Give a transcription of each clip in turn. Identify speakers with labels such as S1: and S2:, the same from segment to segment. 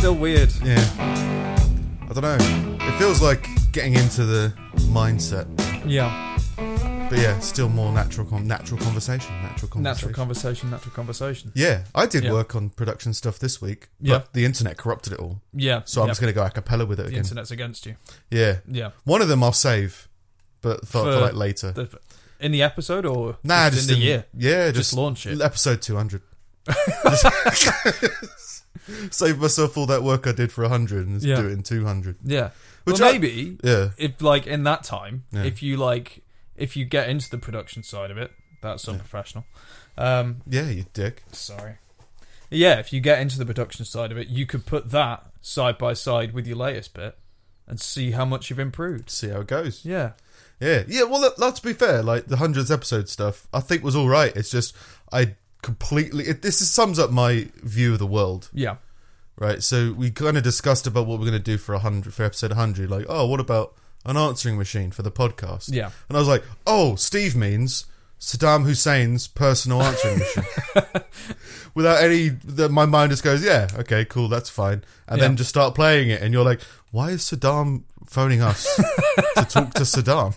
S1: so weird.
S2: Yeah. I don't know. It feels like getting into the mindset.
S1: Yeah.
S2: But yeah, still more natural con- natural conversation. Natural conversation.
S1: Natural conversation, natural conversation.
S2: Yeah. I did
S1: Yeah.
S2: work on production stuff this week, but
S1: Yeah.
S2: the internet corrupted it all.
S1: Yeah.
S2: So I'm just going to go a cappella with it
S1: The
S2: again.
S1: internet's against you.
S2: Yeah.
S1: Yeah.
S2: One of them I'll save, but for, for
S1: For
S2: like later.
S1: The, in the episode or
S2: nah, just
S1: in the year?
S2: Yeah, just,
S1: Just launch it.
S2: Episode 200. Save myself all that work I did for 100 and
S1: Yeah.
S2: do it in 200.
S1: Yeah.
S2: Which
S1: well,
S2: I-
S1: maybe
S2: Yeah.
S1: if like in that time,
S2: Yeah.
S1: if you like, if you get into the production side of it, that's unprofessional. Um,
S2: Yeah, you dick.
S1: sorry. Yeah, if you get into the production side of it, you could put that side by side with your latest bit and see how much you've improved.
S2: See how it goes.
S1: Yeah.
S2: Yeah, yeah. Well, that, that, to be fair, like the hundreds episode stuff, I think was all right. It's just I completely. It, this is, sums up my view of the world,
S1: Yeah.
S2: right? So we kind of discussed about what we're going to do for a hundred for episode hundred. Like, oh, what about an answering machine for the podcast?
S1: Yeah.
S2: And I was like, oh, Steve means Saddam Hussein's personal answering machine. Without any, the, my mind just goes, yeah, okay, cool, that's fine. And
S1: Yeah.
S2: then just start playing it, and you're like, why is Saddam phoning us to talk to Saddam?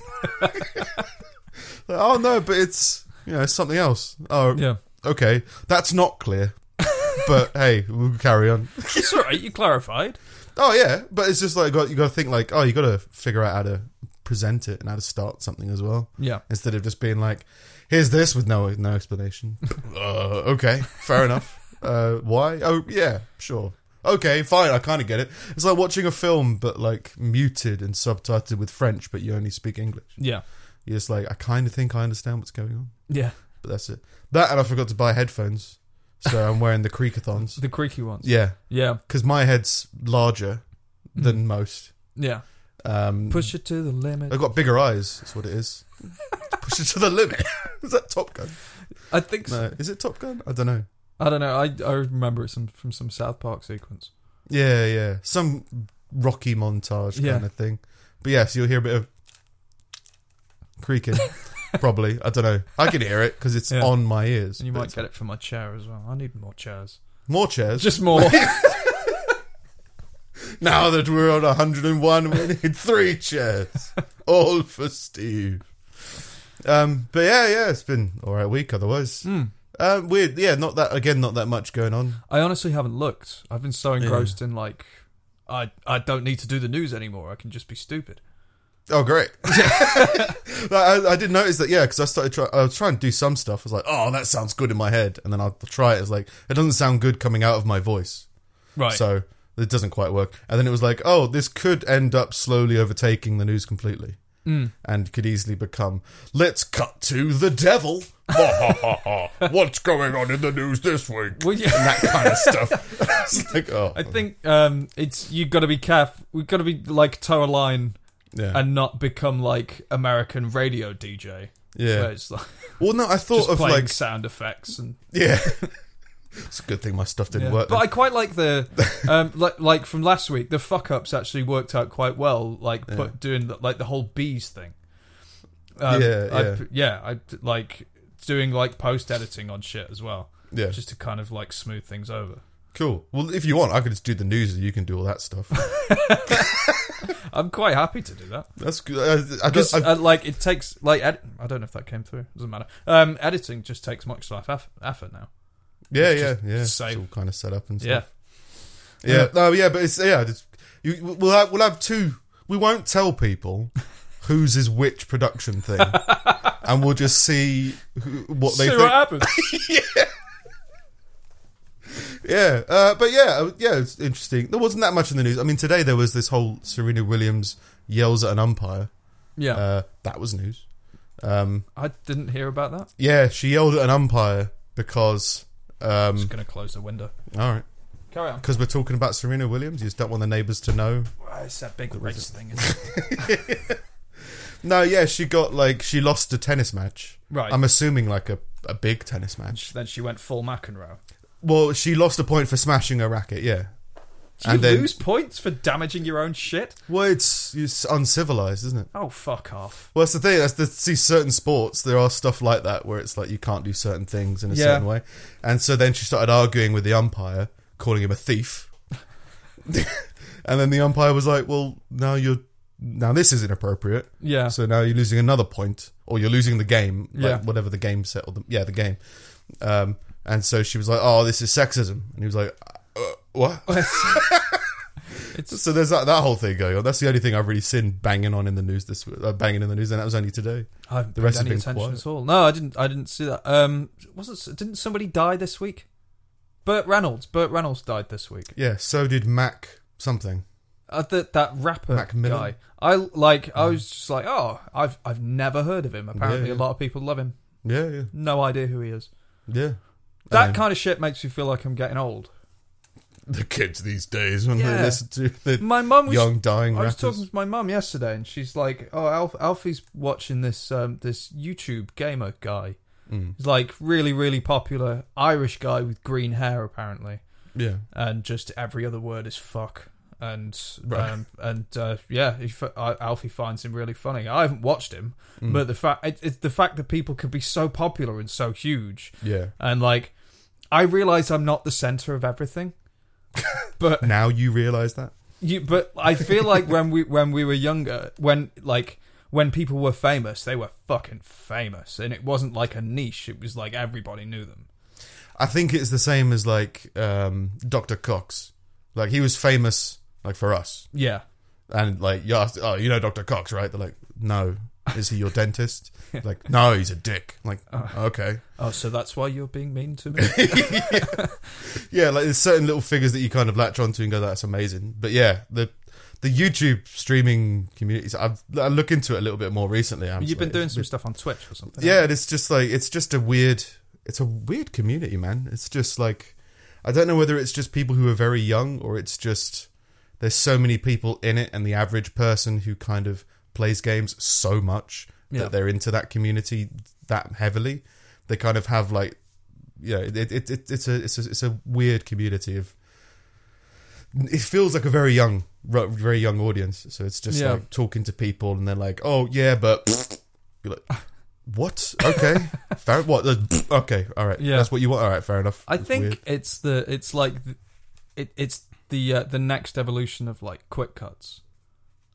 S2: Like, oh no, but it's you know it's something else. Oh,
S1: Yeah.
S2: okay, that's not clear. but hey, we'll carry on.
S1: It's all right. You clarified.
S2: Oh yeah, but it's just like got, you got to think like, oh, you got to figure out how to present it and how to start something as well
S1: Yeah.
S2: instead of just being like, "Here's this with no no explanation." uh, okay, fair enough. Uh, why? Oh yeah, sure. Okay, fine. I kind of get it. It's like watching a film, but like muted and subtitled with French, but you only speak English.
S1: Yeah.
S2: You're just like, I kind of think I understand what's going on,
S1: Yeah.
S2: but that's it. That and I forgot to buy headphones, so I'm wearing the Creakathons.
S1: The creaky ones.
S2: Yeah,
S1: Yeah.
S2: because my head's larger than most.
S1: Yeah.
S2: Um,
S1: Hmm. Push it to the limit.
S2: I've got bigger eyes. That's what it is. Push it to the limit. is that Top Gun?
S1: I think so.
S2: No, is it Top Gun? I don't know.
S1: I don't know. I, I remember it some, from some South Park sequence.
S2: Yeah, yeah. Some rocky montage
S1: Yeah.
S2: kind of thing. But yes, you'll hear a bit of creaking. probably. I don't know. I can hear it because it's
S1: Yeah.
S2: on my ears.
S1: And you
S2: But
S1: might
S2: it's-
S1: get it for my chair as well. I need more chairs.
S2: more chairs.
S1: Just more.
S2: now that we're on 101, we need three chairs. All for Steve. Um, but yeah, yeah, it's been all right week otherwise.
S1: Hmm.
S2: Uh, weird, yeah. Not that again. Not that much going on.
S1: I honestly haven't looked. I've been so engrossed in like I I don't need to do the news anymore. I can just be stupid.
S2: Oh, great! Like, I, I did notice that, yeah, because I started. Try, I was trying to do some stuff. I was like, "Oh, that sounds good in my head," and then I'll try it. It's like it doesn't sound good coming out of my voice,
S1: Right.
S2: so it doesn't quite work. And then it was like, "Oh, this could end up slowly overtaking the news completely,
S1: Mm.
S2: and could easily become let's cut to the devil." Ha, ha, ha, ha. What's going on in the news this week?
S1: well, yeah.
S2: That kind of stuff. it's like, oh,
S1: I think um, it's you got to be careful. We've got to be like toe a line
S2: yeah,
S1: and not become like American radio DJ. Where
S2: yeah.
S1: it's like
S2: Well, no, I thought
S1: just
S2: of
S1: playing
S2: like,
S1: sound effects and
S2: yeah. It's a good thing my stuff didn't
S1: yeah.
S2: work.
S1: but I quite like the um like like from last week the fuck ups actually worked out quite well like put, doing the, like the whole bees thing. Um,
S2: Yeah,
S1: I,
S2: yeah.
S1: yeah. I like doing like post editing on shit as well.
S2: Yeah,
S1: just to kind of like smooth things over.
S2: cool. Well, if you want, I could just do the news, and you can do all that stuff.
S1: I'm quite happy to do that
S2: That's good. I, I
S1: because
S2: just, I,
S1: uh, like it takes like ed- I don't know if that came through. Doesn't matter. Um, editing just takes much life eff- effort now.
S2: yeah, yeah,
S1: just
S2: yeah. It's
S1: save.
S2: all kind of set up and
S1: Yeah,
S2: stuff. Yeah, yeah. No, yeah, but it's yeah. Just, you, we'll have, we'll have two. We won't tell people whose is which production thing, and we'll just see who, what they
S1: see
S2: think.
S1: what happens.
S2: Yeah, uh, but yeah, uh, yeah, it's interesting. There wasn't that much in the news. I mean, today there was this whole Serena Williams yells at an umpire.
S1: yeah,
S2: Uh, that was news. Um,
S1: I didn't hear about that.
S2: yeah, she yelled at an umpire because. Um,
S1: Just gonna close the window.
S2: All right.
S1: Carry on.
S2: Because we're talking about Serena Williams, you just don't want the neighbours to know.
S1: Ah, It's that big race thing. Isn't it?
S2: No, yeah, she got like she lost a tennis match.
S1: Right.
S2: I'm assuming like a, a big tennis match.
S1: then she went full McEnroe.
S2: Well, she lost a point for smashing her racket. Yeah.
S1: Do you
S2: And then-
S1: lose points for damaging your own shit?
S2: Well, it's it's uncivilized, isn't it?
S1: Oh fuck off!
S2: Well, that's the thing. That's the, see, certain sports there are stuff like that where it's like you can't do certain things in a
S1: Yeah.
S2: certain way, and so then she started arguing with the umpire, calling him a thief, and then the umpire was like, "Well, now you're now this is inappropriate.
S1: Yeah.
S2: So now you're losing another point, or you're losing the game. Like
S1: Yeah.
S2: Whatever the game set, or the, yeah, the game. Um, and so she was like, "Oh, this is sexism," and he was like, uh, "What?"
S1: it's
S2: So there's that, that whole thing going on. That's the only thing I've really seen banging on in the news this uh, banging in the news, and that was only today.
S1: I haven't
S2: the
S1: paid
S2: rest have
S1: any
S2: been
S1: attention
S2: quiet.
S1: at all. No, I didn't. I didn't see that. Um, was it? Didn't somebody die this week? Burt Reynolds. Burt Reynolds died this week.
S2: Yeah. So did Mac something.
S1: Uh, that that rapper
S2: Mac Miller?
S1: guy. I like. I was just like, oh, I've I've never heard of him. Apparently,
S2: Mm. Yeah,
S1: a
S2: yeah.
S1: lot of people love him.
S2: Yeah. Yeah.
S1: No idea who he is.
S2: Yeah.
S1: That
S2: Um,
S1: kind of shit makes me feel like I'm getting old.
S2: the kids these days when
S1: Yeah.
S2: they listen to the
S1: My mum was
S2: young dying
S1: I was
S2: rappers.
S1: talking to my mum yesterday, and she's like, "Oh, Alf- Alfie's watching this um, this YouTube gamer guy.
S2: Mm.
S1: He's like really, really popular Irish guy with green hair, apparently,
S2: Yeah.
S1: and just every other word is fuck." And
S2: Right.
S1: um, and uh, yeah, he, f- uh, Alfie finds him really funny. I haven't watched him,
S2: Mm.
S1: but the fact it, it's the fact that people could be so popular and so huge,
S2: Yeah.
S1: and like, I realize I'm not the center of everything, but
S2: Now you realize that.
S1: you, but I feel like when we when we were younger, when like when people were famous, they were fucking famous, and it wasn't like a niche. It was like everybody knew them.
S2: I think it's the same as like um, Dr. Cox. Like he was famous like for us,
S1: Yeah,
S2: and like you asked, oh, you know Dr. Cox, right? They're like, no. Is he your dentist? Like, no, he's a dick. Like, okay,
S1: Oh, so that's why you're being mean to me?
S2: yeah. Like, there's certain little figures that you kind of latch onto and go, that's amazing. But yeah, the the YouTube streaming communities, I've I look into it a little bit more recently. I'm
S1: You've
S2: just
S1: been
S2: like,
S1: doing
S2: it's
S1: some stuff on Twitch or something.
S2: yeah and it's just like it's just a weird it's a weird community man it's just like i don't know whether it's just people who are very young or it's just there's so many people in it and the average person who kind of plays games so much
S1: Yeah.
S2: that they're into that community that heavily they kind of have like you know it, it, it, it's a it's a it's a weird community of it feels like a very young ru- very young audience so it's just
S1: Yeah.
S2: like talking to people and they're like oh yeah but you're like what okay fair what the- okay all right
S1: Yeah.
S2: yeah that's what you want all right fair enough
S1: I
S2: It's
S1: think
S2: weird.
S1: it's the it's like the, it it's the uh, the next evolution of like quick cuts.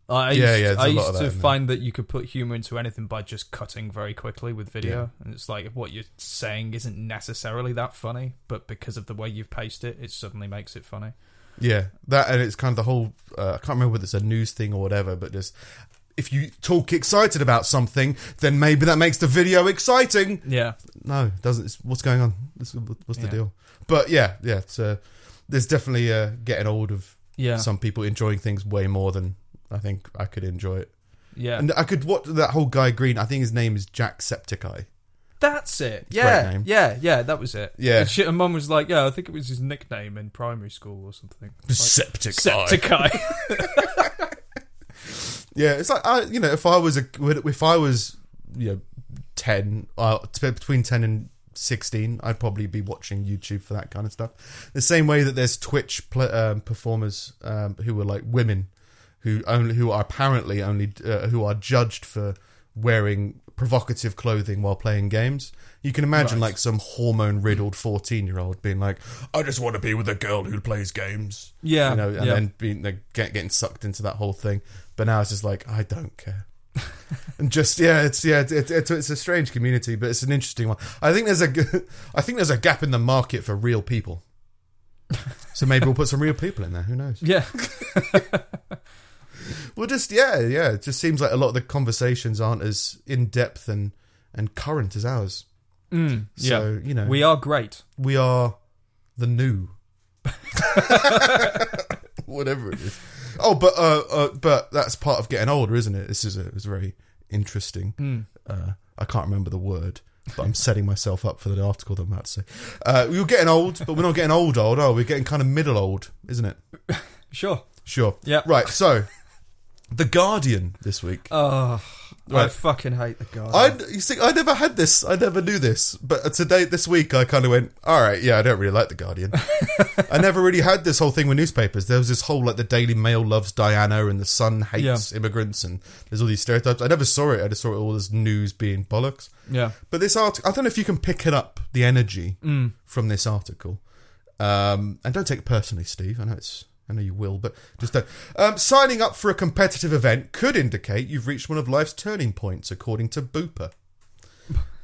S1: I used,
S2: Yeah, yeah, there's
S1: I
S2: a lot
S1: used
S2: of that,
S1: to
S2: isn't there?
S1: find that you could put humor into anything by just cutting very quickly with video, and it's like what you're saying isn't necessarily that funny, but because of the way you've paced it, it suddenly makes it funny.
S2: yeah that and it's kind of the whole uh, i can't remember whether it's a news thing or whatever but just if you talk excited about something then maybe that makes the video exciting
S1: Yeah,
S2: no it doesn't it's, what's going on It's- what's the
S1: Yeah.
S2: deal but yeah yeah it's uh, there's definitely uh, getting old of
S1: yeah,
S2: some people enjoying things way more than I think I could enjoy it.
S1: yeah.
S2: And I could watch that whole guy Green. I think his name is Jack Septiceye.
S1: That's it.
S2: a great
S1: Yeah,
S2: name.
S1: yeah, yeah. That was it.
S2: Yeah.
S1: And shit, and mum was like, "Yeah, I think it was his nickname in primary school or something." It's
S2: Septic
S1: Like, Septicai.
S2: Yeah, it's like I, you know, if I was a, if I was, you know, ten, uh, t- between ten and sixteen, I'd probably be watching YouTube for that kind of stuff. The same way that there's Twitch pl- um, performers um, who are like women, who only who are apparently only uh, who are judged for wearing provocative clothing while playing games. You can imagine
S1: Right.
S2: like some hormone riddled fourteen year old being like, "I just want to be with a girl who plays games."
S1: yeah,
S2: you know, and
S1: yeah.
S2: then being like, get, getting sucked into that whole thing. But now it's just like I don't care, and just yeah, it's yeah, it, it, it's it's a strange community, but it's an interesting one. I think there's a g- I think there's a gap in the market for real people. So maybe we'll put some real people in there. Who knows?
S1: yeah.
S2: Well, just yeah, yeah. It just seems like a lot of the conversations aren't as in depth and and current as ours.
S1: Mm, yeah.
S2: So you know,
S1: We are great.
S2: we are the new whatever it is oh but uh, uh but that's part of getting older isn't it this is a, it's very interesting uh i can't remember the word but i'm setting myself up for the article that i'm about to say uh we we're getting old but we're not getting old old oh we're getting kind of middle old isn't it
S1: Sure.
S2: sure
S1: Yeah.
S2: right so the guardian this week
S1: Oh, I
S2: Right.
S1: fucking hate the guy.
S2: I you see, I never had this. I never knew this. But uh, today, this week, I kind of went, all right, yeah, I don't really like the Guardian. I never really had this whole thing with newspapers. There was this whole like the Daily Mail loves Diana and the Sun hates immigrants and there's all these stereotypes. I never saw it. I just saw it all as news being bollocks.
S1: yeah.
S2: But this article, I don't know if you can pick it up the energy from this article. Um, and don't take it personally, Steve. I know it's I know you will, but just don't. Um, signing up for a competitive event could indicate you've reached one of life's turning points, according to Booper.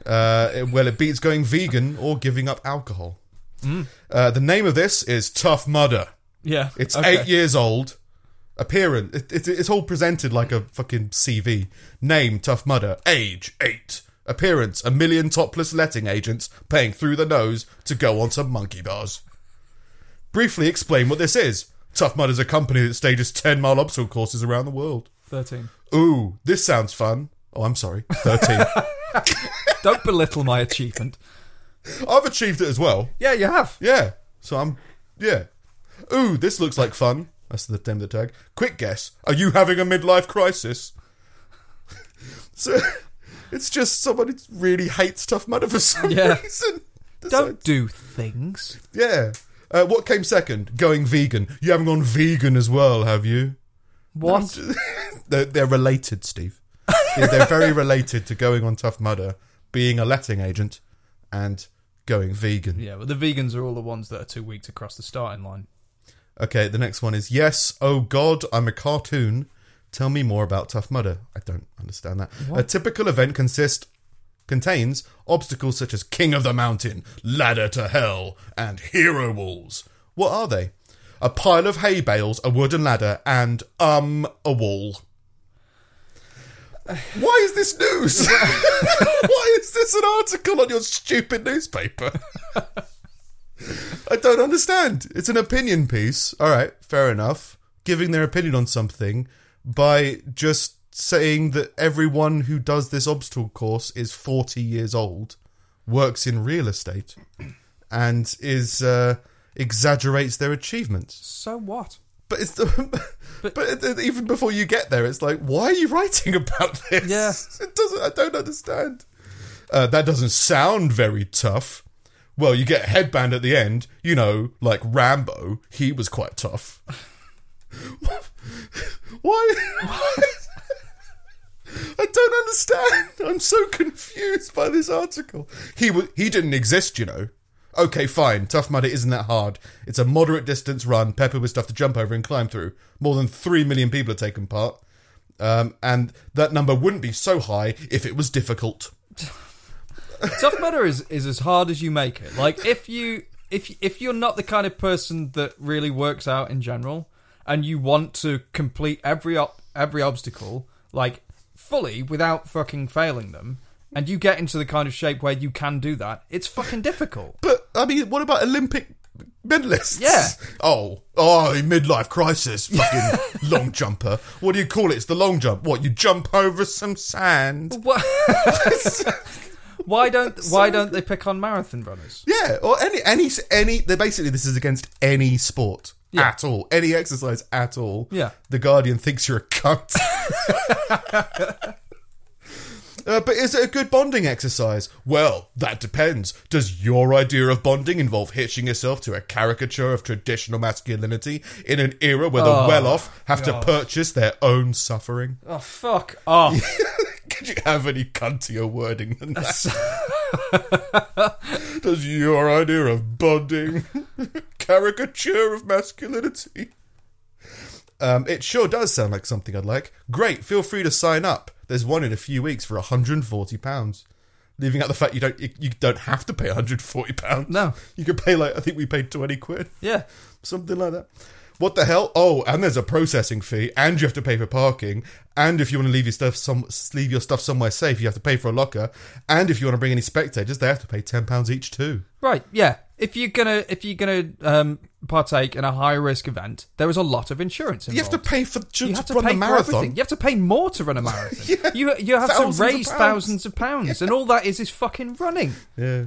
S2: Uh, it- well, it beats going vegan or giving up alcohol. Uh, the name of this is Tough Mudder.
S1: Yeah.
S2: It's
S1: okay.
S2: eight years old. Appearance. It, it, it's all presented like a fucking CV. Name Tough Mudder. Age eight. Appearance a million topless letting agents paying through the nose to go on some monkey bars. Briefly explain what this is. Tough Mudder's a company that stages 10 mile obstacle courses around the world.
S1: 13.
S2: Ooh, this sounds fun. Oh, I'm sorry. 13.
S1: Don't belittle my achievement.
S2: I've achieved it as well.
S1: Yeah, you have.
S2: Yeah. So I'm. Yeah. Ooh, this looks like fun. That's the name of the tag. Quick guess. Are you having a midlife crisis? so it's just someone who really hates Tough Mudder for some
S1: Yeah.
S2: reason.
S1: Don't do things.
S2: Yeah. Uh, what came second? Going vegan. You haven't gone vegan as well, have you?
S1: What?
S2: they're, they're related, Steve. Yeah, they're very related to going on Tough Mudder, being a letting agent, and going vegan.
S1: Yeah, but the vegans are all the ones that are too weak to cross the starting line.
S2: Okay, the next one is yes. Oh God, I'm a cartoon. Tell me more about Tough Mudder. I don't understand that. A typical event consist contains obstacles such as King of the Mountain, Ladder to Hell, and Hero Walls. What are they? A pile of hay bales, a wooden ladder, and um a wall. Why is this news? Why is this an article on your stupid newspaper? I don't understand. It's an opinion piece. All right, fair enough. Giving their opinion on something by just saying that everyone who does this obstacle course is 40 years old, works in real estate, and is uh, exaggerates their achievements.
S1: So what?
S2: But it's but, even before you get there, it's like, why are you writing about this?
S1: Yeah.
S2: it doesn't. I don't understand. Uh, that doesn't sound very tough. Well, you get a headband at the end. You know, like Rambo, he was quite tough. why? I don't understand. I'm so confused by this article. He w- he didn't exist, you know. Okay, fine. Tough Mudder isn't that hard. It's a moderate distance run, peppered with stuff to jump over and climb through. More than three million people have taken part, um, and that number wouldn't be so high if it was difficult.
S1: Tough Mudder is, is as hard as you make it. Like if you if if you're not the kind of person that really works out in general, and you want to complete every op- every obstacle like fully without fucking failing them, and you get into the kind of shape where you can do that, it's fucking difficult.
S2: But I mean, what about Olympic medalists?
S1: Yeah.
S2: Oh, oh, midlife crisis. Fucking long jumper. What do you call it? It's the long jump. What you jump over some sand?
S1: Wha- why don't why don't they pick on marathon runners?
S2: Yeah, or any any any. They're basically this is against any sport
S1: Yeah.
S2: at all, any exercise at all.
S1: Yeah.
S2: the Guardian thinks you're a cunt. Uh, but is it a good bonding exercise? Well, that depends. Does your idea of bonding involve hitching yourself to a caricature of traditional masculinity in an era where the
S1: Oh,
S2: well off have
S1: God.
S2: to purchase their own suffering?
S1: Oh fuck off.
S2: Could you have any cuntier wording than that? Does your idea of bonding caricature of masculinity? Um, it sure does sound like something I'd like. Great, feel free to sign up. There's one in a few weeks for 140 pounds. Leaving out the fact you don't you, you don't have to pay 140 pounds.
S1: No.
S2: you could pay like I think we paid 20 quid
S1: Yeah.
S2: something like that. What the hell? Oh, and there's a processing fee, and you have to pay for parking, and if you want to leave your stuff some leave your stuff somewhere safe, you have to pay for a locker, and if you want to bring any spectators, they have to pay ten pounds each too.
S1: Right, yeah. If you're gonna if you're gonna um, partake in a high risk event, there is a lot of insurance involved.
S2: You have to pay for to,
S1: You
S2: to
S1: have to
S2: run
S1: pay
S2: the
S1: for
S2: marathon.
S1: everything. You have to pay more to run a marathon. You you have
S2: Thousands
S1: to
S2: of
S1: raise
S2: pounds.
S1: thousands of pounds, and all that is is fucking running.
S2: Yeah.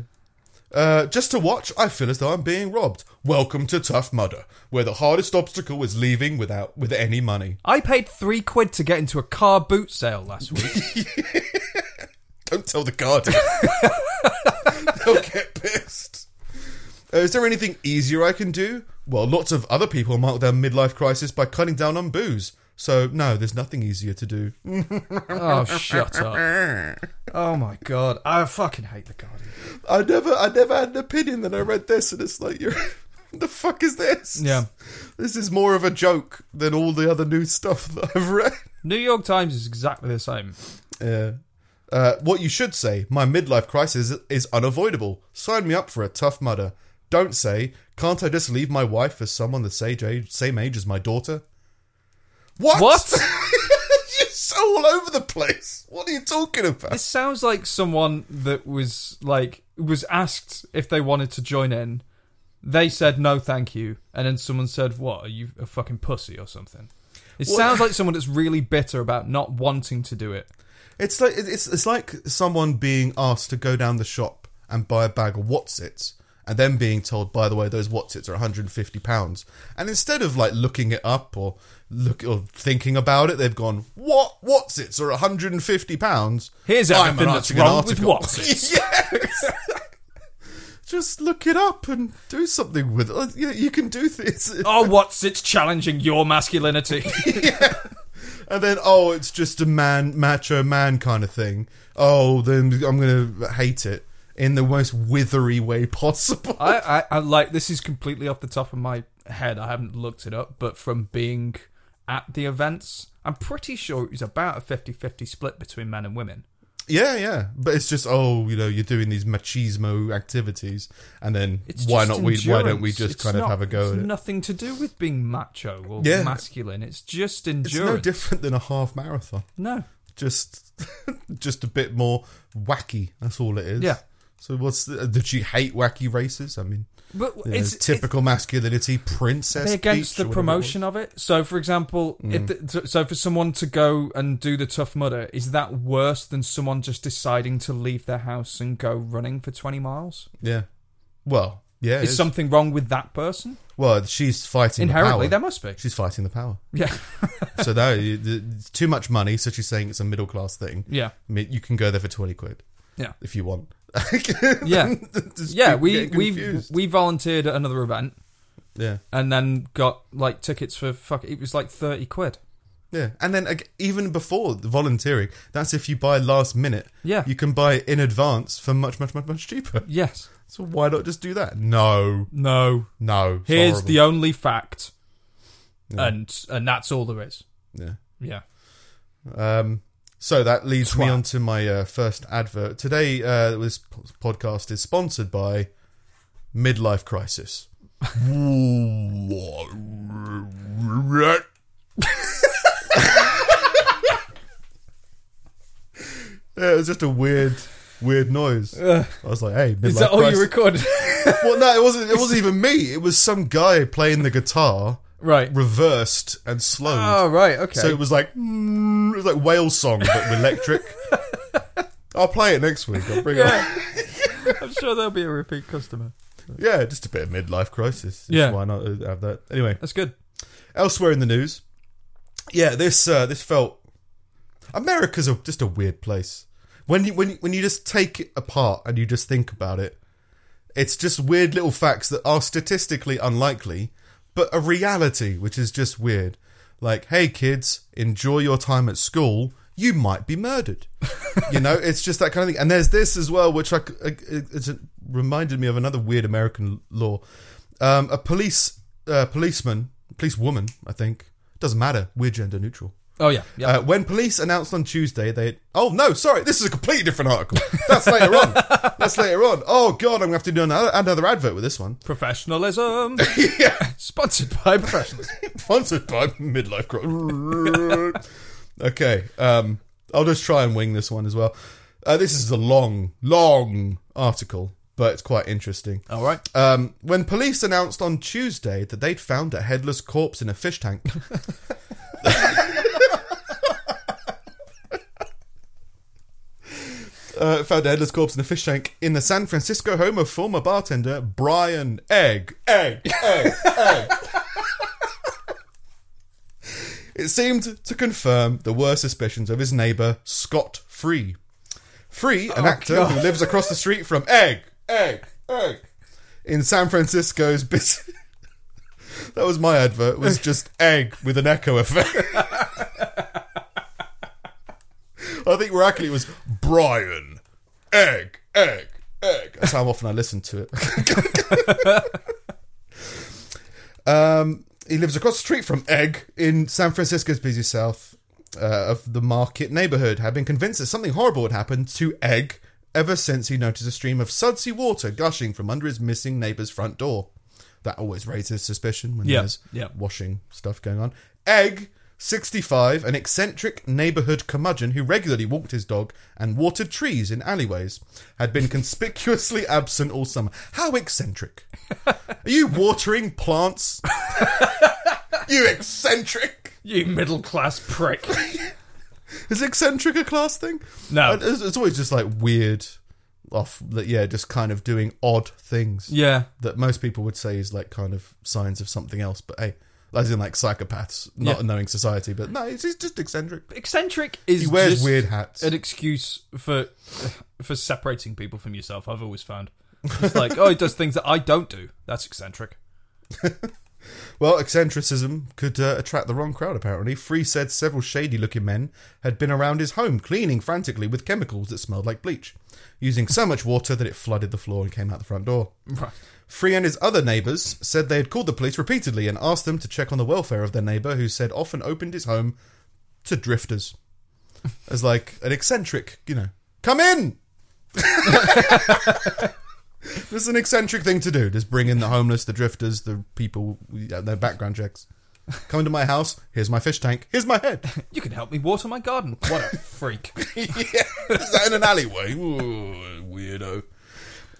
S2: Uh, just to watch, I feel as though I'm being robbed. Welcome to Tough Mudder, where the hardest obstacle is leaving without with any money.
S1: I paid three quid to get into a car boot sale last week.
S2: Don't tell the guardian. They'll get pissed. Uh, is there anything easier I can do? Well, lots of other people mark their midlife crisis by cutting down on booze. So, no, there's nothing easier to do.
S1: oh shut up! Oh my god, I fucking hate the Guardian.
S2: I never I never had an opinion, then I read this, and it's like, you're. the fuck is this?
S1: Yeah.
S2: This is more of a joke than all the other new stuff that I've read.
S1: New York Times is exactly the same.
S2: Yeah. Uh, what you should say, my midlife crisis is unavoidable. Sign me up for a tough mudder. Don't say, can't I just leave my wife for someone the same age, same age as my daughter? What?
S1: What?
S2: You're so all over the place. What are you talking about?
S1: This sounds like someone that was like was asked if they wanted to join in. They said no, thank you, and then someone said, "What are you a fucking pussy or something?" It
S2: Well-
S1: sounds like someone that's really bitter about not wanting to do it.
S2: It's like it's it's like someone being asked to go down the shop and buy a bag of Watsits, and then being told, by the way, those Watsits are 150 pounds. And instead of like looking it up or look or thinking about it, they've gone, "What Watsits are 150 pounds?"
S1: Here's
S2: I'm
S1: everything that's
S2: announcing an
S1: wrong with
S2: article."
S1: Watsits.
S2: yes. Just look it up and do something with it. You, you can do this.
S1: Oh, what's it's challenging your masculinity?
S2: And then, oh, it's just a man, macho man kind of thing. Oh, then I'm going to hate it in the most withery way possible.
S1: I, I, I like this is completely off the top of my head. I haven't looked it up, but from being at the events, I'm pretty sure it was about a 50-50 split between men and women.
S2: Yeah, yeah. But it's just, oh, you know, you're doing these machismo activities. And then
S1: It's
S2: why
S1: just
S2: not we, why don't we
S1: endurance.
S2: just
S1: It's
S2: kind
S1: not-
S2: of have a go
S1: it's
S2: at it?
S1: Nothing to do with being macho or
S2: Yeah.
S1: masculine. It's just
S2: It's
S1: endurance.
S2: no different than a half marathon.
S1: No.
S2: Just, just a bit more wacky. That's all it is.
S1: Yeah.
S2: So what's the, did you hate wacky races? I mean,
S1: but
S2: you know,
S1: it's typical.
S2: typical masculinity, princess.
S1: They're against
S2: Peach or whatever it Mm.
S1: the
S2: was.
S1: promotion of it. So, for example, if the, so for someone to go and do the tough mudder, is that worse than someone just deciding to leave their house and go running for twenty miles?
S2: Yeah. Well, yeah. it
S1: Is
S2: is.
S1: something wrong with that person?
S2: Well, she's fighting
S1: Inherently,
S2: the
S1: there
S2: power.
S1: must be.
S2: She's fighting the power.
S1: Yeah,
S2: So that it's too much money. So she's saying it's a middle class thing.
S1: yeah,
S2: I mean, you can go there for twenty quid.
S1: Yeah.
S2: if you want.
S1: yeah,
S2: Just
S1: yeah.
S2: people
S1: We
S2: get
S1: we
S2: confused.
S1: we volunteered at another event
S2: yeah
S1: and then got like tickets for fuck. It was like thirty quid.
S2: yeah. And then ag- even before the volunteering, that's if you buy last minute.
S1: Yeah.
S2: you can buy in advance for much much much much cheaper.
S1: Yes.
S2: So why not just do that? No,
S1: No.
S2: no. it's
S1: Here's
S2: horrible.
S1: the only fact,
S2: Yeah.
S1: and and that's all there is.
S2: yeah.
S1: Yeah.
S2: Um, so that leads me
S1: Twat.
S2: on to my uh, first advert. Today, uh, this p- podcast is sponsored by Midlife Crisis. yeah, it was just a weird, weird noise. I was like, "Hey, midlife
S1: Uh, Is that all
S2: crisis."
S1: you recorded?
S2: well, no, it wasn't. It wasn't even me. It was some guy playing the guitar,
S1: right.
S2: reversed and slowed.
S1: Oh right. Okay.
S2: So it was like mm, it was like whale song but with electric. I'll play it next week. I'll bring it.
S1: yeah. I'm sure there'll be a repeat customer.
S2: Up. Yeah, just a bit of midlife crisis. Just
S1: Yeah.
S2: why not uh, have that? Anyway,
S1: That's good.
S2: elsewhere in the news, yeah, this uh, this felt America's a, just a weird place. When you when you, when you just take it apart and you just think about it, it's just weird little facts that are statistically unlikely, but a reality which is just weird. Like, hey kids, enjoy your time at school. You might be murdered. you know, it's just that kind of thing. And there's this as well, which I, c- I- it- it's it reminded me of another weird American law. Um, a police uh, policeman, police woman, I think, doesn't matter. We're gender neutral.
S1: Oh yeah. Yeah.
S2: Uh, when police announced on Tuesday, they oh no, sorry, this is a completely different article. That's later on. That's later on. Oh god, I'm gonna have to do another, another advert with this one.
S1: Professionalism
S2: yeah,
S1: sponsored by professionals.
S2: sponsored by Midlife Crisis. okay, um, I'll just try and wing this one as well. Uh, this is a long, long article, but it's quite interesting.
S1: All right.
S2: Um, when police announced on Tuesday that they'd found a headless corpse in a fish tank. Uh, found a headless corpse in a fish tank in the San Francisco home of former bartender Brian Egg. Egg, egg, egg. it seemed to confirm the worst suspicions of his neighbour, Scott Free. Free, an actor who lives across the street from Egg, Egg, Egg, in San Francisco's busy. that was my advert. Was just Egg with an echo effect. I think we're actually it was Brian, Egg, Egg, Egg. That's how often I listen to it. Um, he lives across the street from Egg in San Francisco's busy south uh, of the market neighborhood, had been convinced that something horrible had happened to Egg ever since he noticed a stream of sudsy water gushing from under his missing neighbor's front door. That always raises suspicion when
S1: Yeah,
S2: there's
S1: yeah.
S2: washing stuff going on. Egg, 65, an eccentric neighborhood curmudgeon who regularly walked his dog and watered trees in alleyways, had been conspicuously absent all summer. How eccentric! Are you watering plants? you eccentric!
S1: You middle class prick.
S2: Is eccentric a class thing?
S1: No.
S2: And It's, it's always just like weird, off, like, yeah, just kind of doing odd things
S1: yeah.
S2: that most people would say is like kind of signs of something else. But hey, as in like psychopaths, not
S1: Yeah.
S2: knowing society, but no, he's, he's just eccentric.
S1: Eccentric is
S2: He wears
S1: just
S2: weird hats.
S1: an excuse for for separating people from yourself. I've always found it's like, oh, he does things that I don't do. That's eccentric.
S2: Well, eccentricism could uh, attract the wrong crowd, apparently. Free said several shady looking men had been around his home, cleaning frantically with chemicals that smelled like bleach, using so much water that it flooded the floor and came out the front door.
S1: Right.
S2: Free and his other neighbours said they had called the police repeatedly and asked them to check on the welfare of their neighbour, who said often opened his home to drifters. As like an eccentric, you know, come in! this is an eccentric thing to do. Just bring in the homeless, the drifters, the people, yeah, their background checks. Come into my house. Here's my fish tank. Here's my head.
S1: You can help me water my garden. What a freak.
S2: yeah, is that in an alleyway? Ooh, weirdo.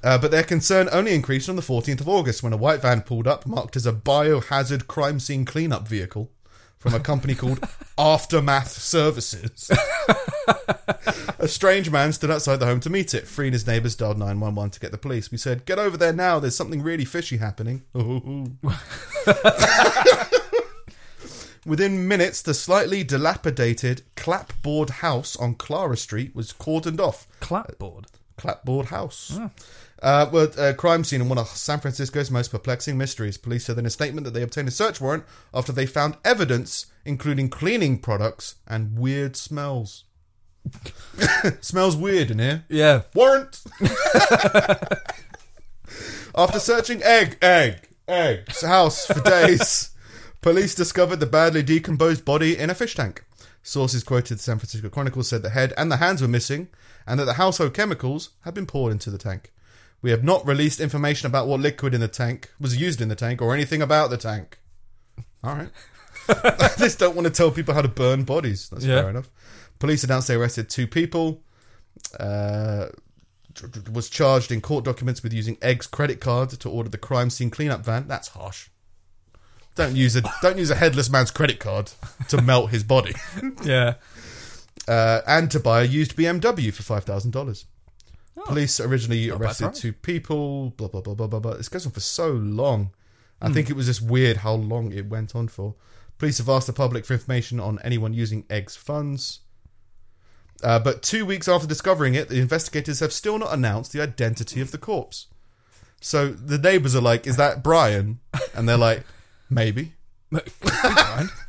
S2: Uh, but their concern only increased on the 14th of August when a white van pulled up, marked as a biohazard crime scene cleanup vehicle from a company called Aftermath Services. a strange man stood outside the home to meet it. Free and his neighbours dialed 911 to get the police. We said, Get over there now, there's something really fishy happening. Within minutes, the slightly dilapidated clapboard house on Clara Street was cordoned off
S1: Clapboard.
S2: clapboard house. Uh, well, uh, crime scene in one of San Francisco's most perplexing mysteries. Police said in a statement that they obtained a search warrant after they found evidence, including cleaning products and weird smells. smells weird in here.
S1: Yeah.
S2: Warrant. After searching egg, egg, egg's house for days, police discovered the badly decomposed body in a fish tank. Sources quoted the San Francisco Chronicle said the head and the hands were missing, and that the household chemicals had been poured into the tank. We have not released information about what liquid in the tank was used in the tank or anything about the tank. All right. I just don't want to tell people how to burn bodies. That's
S1: Yeah.
S2: fair enough. Police announced they arrested two people. Uh, was charged in court documents with using Egg's credit card to order the crime scene cleanup van. That's harsh. Don't use a don't use a headless man's credit card to melt his body,
S1: Yeah.
S2: uh, and to buy a used BMW for five thousand dollars. Police originally
S1: bad
S2: arrested
S1: price.
S2: two people. Blah blah blah blah blah blah. This goes on for so long. I think it was just weird how long it went on for. Police have asked the public for information on anyone using Egg's funds. Uh, but two weeks after discovering it, the investigators have still not announced the identity of the corpse. So the neighbors are like, "Is that Brian?" And they're like, "Maybe,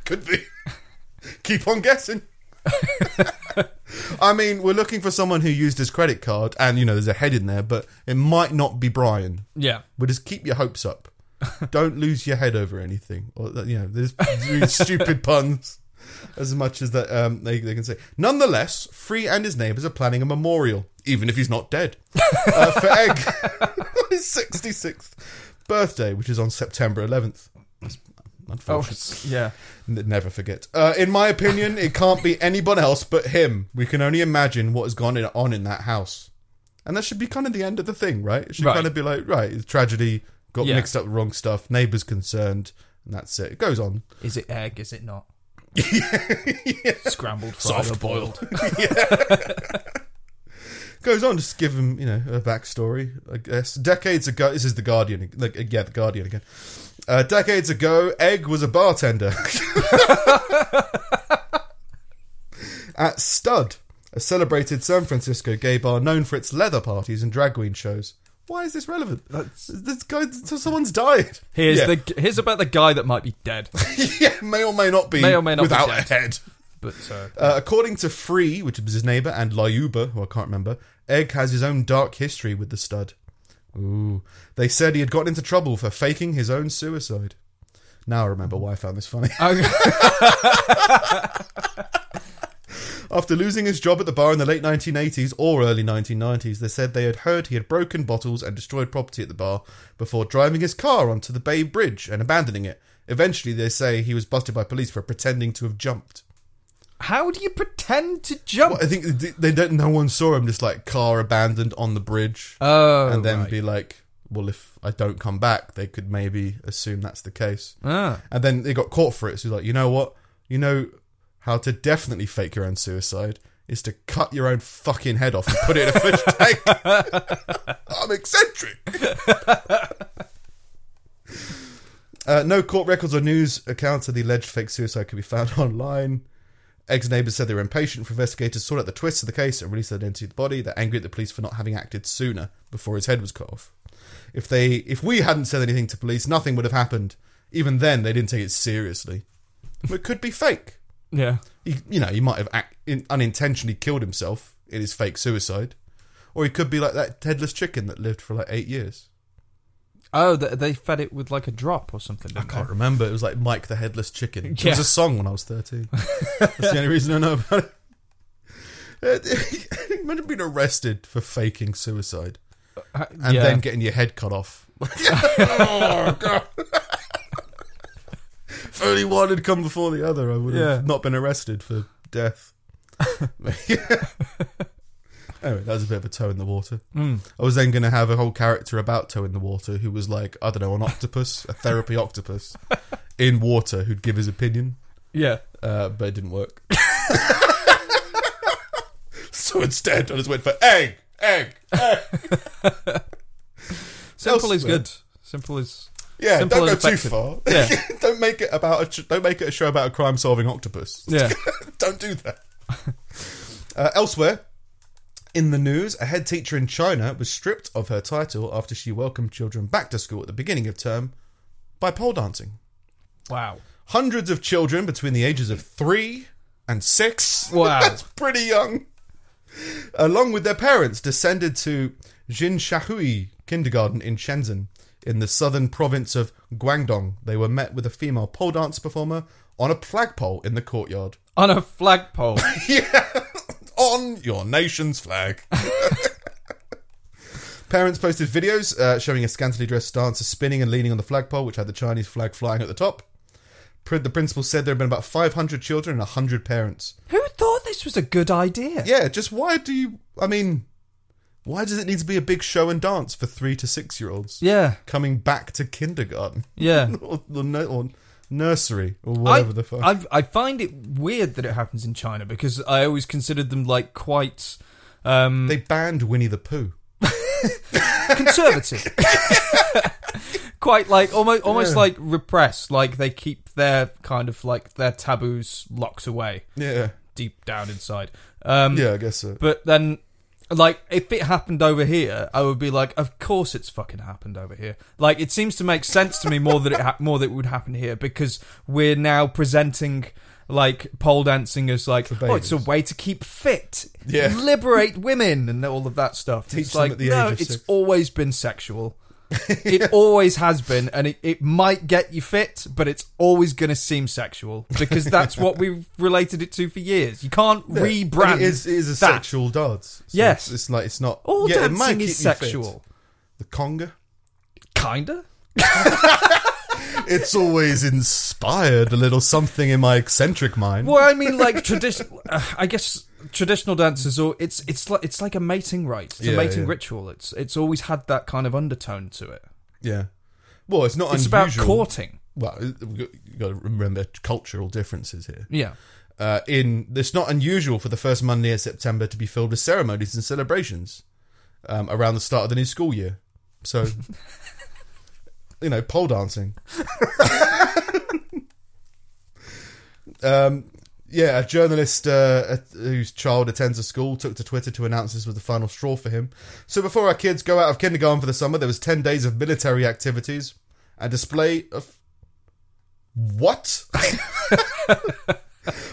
S2: could be." Keep on guessing. I mean, we're looking for someone who used his credit card, and you know, there's a head in there, but it might not be Brian.
S1: yeah.
S2: But just keep your hopes up. Don't lose your head over anything. Or uh, you know, there's these stupid puns as much as that um, they, they can say. Nonetheless, Free and his neighbours are planning a memorial, even if he's not dead, uh, for Egg on his 66th birthday, which is on September 11th. That's
S1: Oh,
S2: unfortunate.
S1: yeah.
S2: N- Never forget. Uh, in my opinion, it can't be anyone else but him. We can only imagine what has gone in, on in that house. And that should be kind of the end of the thing, right? It should
S1: Right.
S2: kind of be like, right, it's tragedy, got
S1: Yeah.
S2: mixed up with wrong stuff, neighbours concerned, and that's it. It goes on.
S1: Is it egg? Is it not? Scrambled, fried,
S2: Soft
S1: or boiled.
S2: Goes on, just give him, you know, a backstory, I guess. Decades ago, this is The Guardian, like, yeah, The Guardian again. Uh, decades ago, Egg was a bartender. at Stud, a celebrated San Francisco gay bar known for its leather parties and drag queen shows. Why is this relevant? this guy, so someone's died.
S1: Here's
S2: yeah.
S1: the here's about the guy that might be dead,
S2: yeah, may or may not be
S1: May or may not be
S2: without
S1: dead.
S2: a head.
S1: but uh,
S2: Uh, according to Free, which was his neighbour, and Liuba, who I can't remember, Egg has his own dark history with the stud. Ooh. They said he had gotten into trouble for faking his own suicide. Now I remember why I found this funny.
S1: Okay.
S2: After losing his job at the bar in the late 1980s or early 1990s, they said they had heard he had broken bottles and destroyed property at the bar before driving his car onto the Bay Bridge and abandoning it. Eventually, they say he was busted by police for pretending to have jumped.
S1: How do you pretend to jump?
S2: I think th- they don't. No one saw him. Just like car abandoned on the bridge,
S1: Oh,
S2: and then
S1: right.
S2: be like, "Well, if I don't come back, they could maybe assume that's the case."
S1: Ah.
S2: And then they got caught for it. So he's like, you know what? You know how to definitely fake your own suicide is to cut your own fucking head off and put it in a fish tank. I'm eccentric. uh, no court records or news accounts of the alleged fake suicide could be found online. Ex neighbours said they were impatient for investigators sought out the twists of the case and released the identity of the body. They're angry at the police for not having acted sooner before his head was cut off. If they, if we hadn't said anything to police, nothing would have happened. Even then, they didn't take it seriously. It could be fake.
S1: yeah.
S2: He, you know, he might have act, in, unintentionally killed himself in his fake suicide, or he could be like that headless chicken that lived for like eight years.
S1: Oh, th- they fed it with like a drop or something.
S2: I
S1: didn't
S2: can't remember. It was like Mike the Headless Chicken. It was
S1: Yeah.
S2: a song when I was 13. That's the only reason I know about it. Uh, Imagine being arrested for faking suicide
S1: they? Uh,
S2: and
S1: yeah.
S2: then getting your head cut off. oh, God. if only one had come before the other, I would have
S1: Yeah.
S2: not been arrested for death. anyway, that was a bit of a toe in the water.
S1: Mm.
S2: I was then going to have a whole character about Toe in the Water who was like, I don't know, an octopus, a therapy octopus in water who'd give his opinion,
S1: yeah.
S2: uh, but it didn't work. so instead, I just went for egg, egg.
S1: Simple is
S2: Elsewhere.
S1: good. Simple is.
S2: Yeah,
S1: Simple
S2: don't
S1: and
S2: go too
S1: effective.
S2: far.
S1: Yeah.
S2: don't make it about a ch- don't make it a show about a crime solving octopus.
S1: Yeah.
S2: don't do that. uh, elsewhere, in the news, a head teacher in China was stripped of her title after she welcomed children back to school at the beginning of term by pole dancing.
S1: wow.
S2: Hundreds of children between the ages of three and six.
S1: Wow.
S2: That's pretty young. Along with their parents, descended to Jinshahui Kindergarten in Shenzhen, in the southern province of Guangdong. They were met with a female pole dance performer on a flagpole in the courtyard.
S1: On a flagpole.
S2: Yeah, on your nation's flag. Parents posted videos uh, showing a scantily dressed dancer spinning and leaning on the flagpole, which had the Chinese flag flying at the top. Pr- The principal said there had been about 500 children and 100 parents.
S1: Who thought this was a good idea?
S2: Yeah, just why do you. I mean, why does it need to be a big show and dance for three to six year olds
S1: Yeah.
S2: coming back to kindergarten
S1: Yeah.
S2: or, or, nu- or nursery or whatever
S1: I,
S2: the fuck?
S1: I, I find it weird that it happens in China because I always considered them like quite um,
S2: they banned Winnie the Pooh.
S1: conservative. quite like almost almost
S2: Yeah.
S1: like repressed. Like they keep their kind of like their taboos locked away
S2: Yeah.
S1: deep down inside. Um,
S2: Yeah, I guess so.
S1: But then, like, if it happened over here, I would be like, of course it's fucking happened over here. Like, it seems to make sense to me more that it ha- more that it would happen here because we're now presenting. Like pole dancing as like oh it's a
S2: babies.
S1: way to keep fit,
S2: Yeah.
S1: liberate women and all of that stuff.
S2: Teach
S1: it's
S2: them
S1: like
S2: at the
S1: no,
S2: age of
S1: it's
S2: six.
S1: always been sexual. It always has been, and it, it might get you fit, but it's always going to seem sexual because that's what we've related it to for years. You can't
S2: Yeah.
S1: rebrand.
S2: And It is, it is a
S1: that.
S2: sexual dance. So
S1: Yes.
S2: It's, it's like, it's not.
S1: All
S2: yeah, it might
S1: dancing is
S2: keep you fit.
S1: sexual.
S2: The conga.
S1: Kinda.
S2: It's always inspired a little something in my eccentric mind.
S1: Well, I mean, like traditional. Uh, I guess traditional dances, or it's it's like it's like a mating rite. It's
S2: Yeah,
S1: a mating
S2: yeah.
S1: ritual. It's it's always had that kind of undertone to it.
S2: Yeah. Well, it's not
S1: It's
S2: unusual.
S1: about courting.
S2: Well, you've got to remember cultural differences here.
S1: Yeah.
S2: uh, in it's not unusual for the first Monday of September to be filled with ceremonies and celebrations um, around the start of the new school year. So, you know, pole dancing. um, yeah, a journalist uh, at- whose child attends a school took to Twitter to announce this was the final straw for him. So, before our kids go out of kindergarten for the summer, there was ten days of military activities and display of what?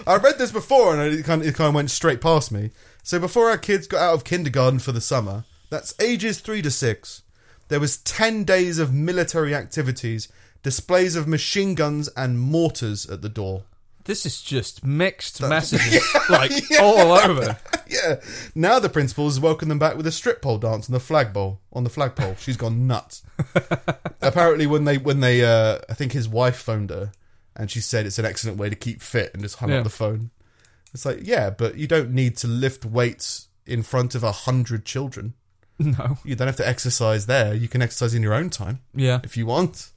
S2: I read this before and it kind, of, it kind of went straight past me. So before our kids got out of kindergarten for the summer, that's ages three to six, there was ten days of military activities displays of machine guns and mortars at the door.
S1: This is just mixed messages, like all over.
S2: Yeah. Now the principal has welcomed them back with a strip pole dance on the flagpole. On the flagpole, she's gone nuts. Apparently, when they when they, uh, I think his wife phoned her, and she said it's an excellent way to keep fit, and just hung
S1: Yeah.
S2: up the phone. It's like, yeah, but you don't need to lift weights in front of a hundred children.
S1: No,
S2: You don't have to exercise there. You can exercise in your own time
S1: yeah,
S2: if you want.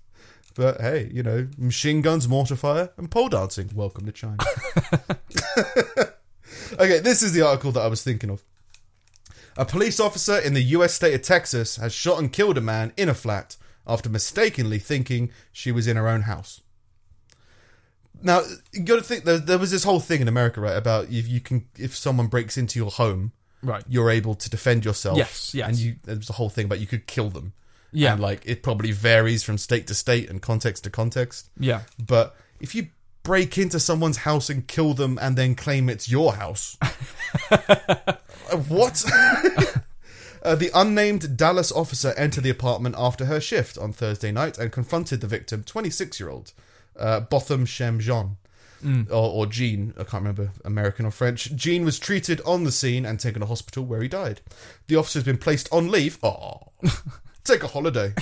S2: But hey, you know, machine guns, mortar fire, and pole dancing. Welcome to China. okay, this is the article that I was thinking of. A police officer in the US state of Texas has shot and killed a man in a flat after mistakenly thinking she was in her own house. Now, you got to think there, there was this whole thing in America, right, about if you can if someone breaks into your home,
S1: right,
S2: you're able to defend yourself.
S1: Yes, yes.
S2: And you there's a whole thing about you could kill them.
S1: yeah,
S2: And like it probably varies from state to state and context to context.
S1: yeah.
S2: But if you break into someone's house and kill them and then claim it's your house. Uh, what? Uh, the unnamed Dallas officer entered the apartment after her shift on Thursday night and confronted the victim, 26 year old uh, Botham Shem Jean. Or, or Jean, I can't remember, American or French. Jean was treated on the scene and taken to hospital where he died. The officer's been placed on leave. Oh, take a holiday.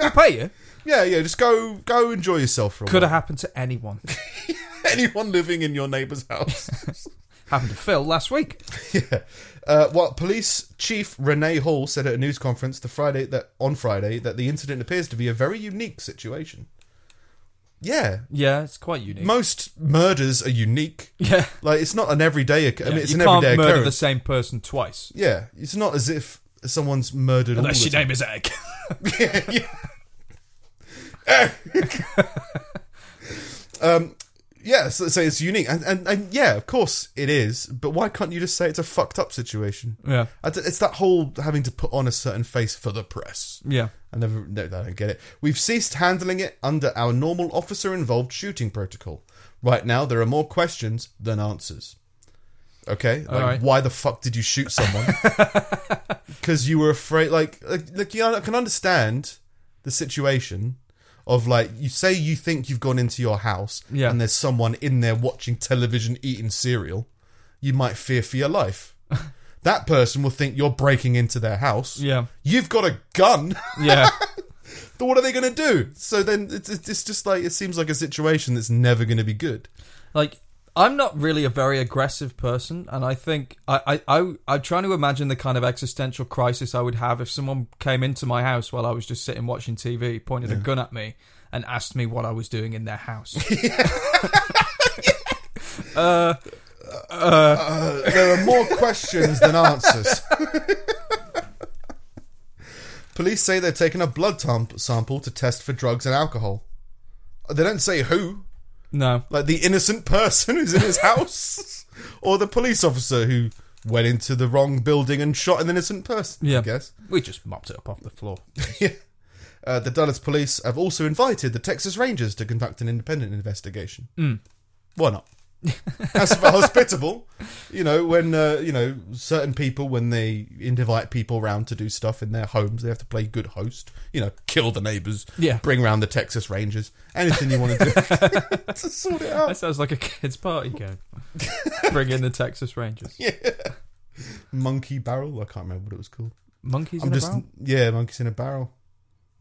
S1: We'll pay you.
S2: Yeah, yeah, just go go enjoy yourself for a
S1: Could
S2: while.
S1: have happened to anyone.
S2: Anyone living in your neighbour's house.
S1: happened to Phil last week.
S2: yeah. Uh, well, police chief Renee Hall said at a news conference the Friday that on Friday that the incident appears to be a very unique situation. Yeah,
S1: Yeah, it's quite unique.
S2: most murders are unique.
S1: yeah,
S2: Like it's not an everyday. Occur- I mean, it's
S1: you
S2: an
S1: can't
S2: everyday
S1: murder
S2: occurrence.
S1: the same person twice.
S2: Yeah, it's not as if someone's murdered. all
S1: Unless
S2: the
S1: your name is Egg.
S2: yeah. yeah. um, yeah, so, so it's unique, and, and and yeah, of course it is. But why can't you just say it's a fucked up situation?
S1: yeah,
S2: I d- It's that whole having to put on a certain face for the press.
S1: yeah.
S2: I never, no, I don't get it. We've ceased handling it under our normal officer-involved shooting protocol. Right now, there are more questions than answers. Okay, like
S1: right.
S2: why the fuck did you shoot someone? Because you were afraid. Like, like, like you know, I can understand the situation of like you say you think you've gone into your house
S1: Yeah.
S2: and there's someone in there watching television eating cereal. You might fear for your life. that person will think you're breaking into their house.
S1: Yeah.
S2: You've got a gun.
S1: Yeah,
S2: But what are they going to do? So then it's, it's it's just like it seems like a situation that's never going to be good.
S1: like I'm not really a very aggressive person, and I think I, I, I I'm trying to imagine the kind of existential crisis I would have if someone came into my house while I was just sitting watching TV, pointed a gun at me, and asked me what I was doing in their house.
S2: Uh, there are more questions than answers. Police say they've taken a blood tam- sample to test for drugs and alcohol. They don't say who,
S1: no,
S2: like the innocent person who's in his house, or the police officer who went into the wrong building and shot an innocent person.
S1: Yeah.
S2: I guess.
S1: we just mopped it up off the floor.
S2: Uh, the Dallas police have also invited the Texas Rangers to conduct an independent investigation.
S1: Hmm.
S2: Why not? That's hospitable, you know. When uh, you know certain people, when they invite people round to do stuff in their homes, they have to play good host. You know, kill the neighbours.
S1: Yeah.
S2: bring round the Texas Rangers. Anything you want to do to sort it
S1: That
S2: out.
S1: sounds like a kids' party game. Bring in the Texas Rangers.
S2: Monkey Barrel. I can't remember what it was called.
S1: Monkeys
S2: I'm
S1: in
S2: just
S1: a barrel.
S2: yeah, monkeys in a barrel.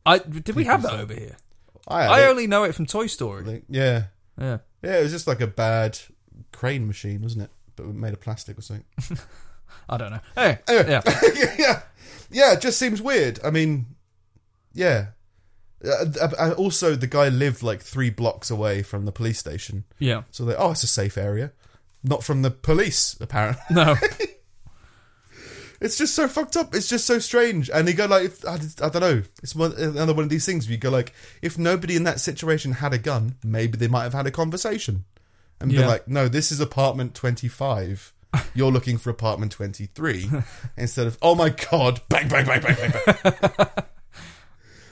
S1: I did we have that over here?
S2: I, had
S1: I
S2: it,
S1: only know it from Toy
S2: I
S1: Story.
S2: think. yeah,
S1: Yeah.
S2: yeah. It was just like a bad crane machine, wasn't it? But made of plastic or something.
S1: I don't know. Hey,
S2: Anyway.
S1: yeah,
S2: yeah, yeah, yeah. It just seems weird. I mean, yeah. Uh, uh, uh, also, the guy lived like three blocks away from the police station,
S1: yeah.
S2: so they oh, it's a safe area, not from the police. Apparently,
S1: No,
S2: it's just so fucked up. It's just so strange. And you go like, if, I, I don't know. It's one, another one of these things where you go like, if nobody in that situation had a gun, maybe they might have had a conversation and
S1: Yeah.
S2: been like, no, this is apartment twenty five. You're looking for apartment twenty three instead of oh my god, bang bang bang bang bang. bang.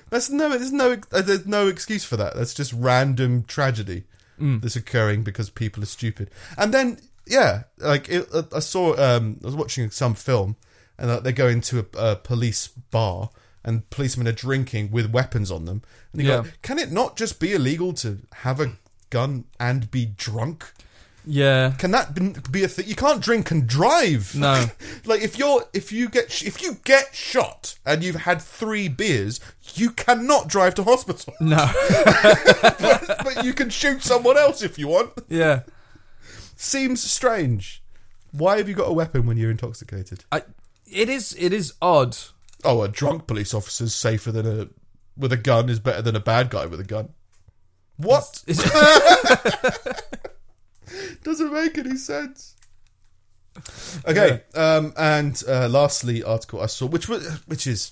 S2: That's no, there's no, uh, there's no excuse for that. That's just random tragedy that's occurring because people are stupid. And then, yeah, like it, uh, I saw, um, I was watching some film, and uh, they go into a, a police bar, and policemen are drinking with weapons on them. And you go,
S1: Yeah.
S2: can it not just be illegal to have a gun and be drunk?
S1: Yeah.
S2: Can that be- be a thing? You can't drink and drive.
S1: No.
S2: like if you're if you get sh- if you get shot and you've had three beers, you cannot drive to hospital.
S1: No.
S2: but, but you can shoot someone else if you want.
S1: yeah.
S2: Seems strange. Why have you got a weapon when you're intoxicated?
S1: I, it is. It is odd.
S2: Oh, a drunk police officer's safer than a with a gun is better than a bad guy with a gun. What
S1: It's-
S2: doesn't make any sense? Okay, um, and uh, lastly, article I saw, which was which is,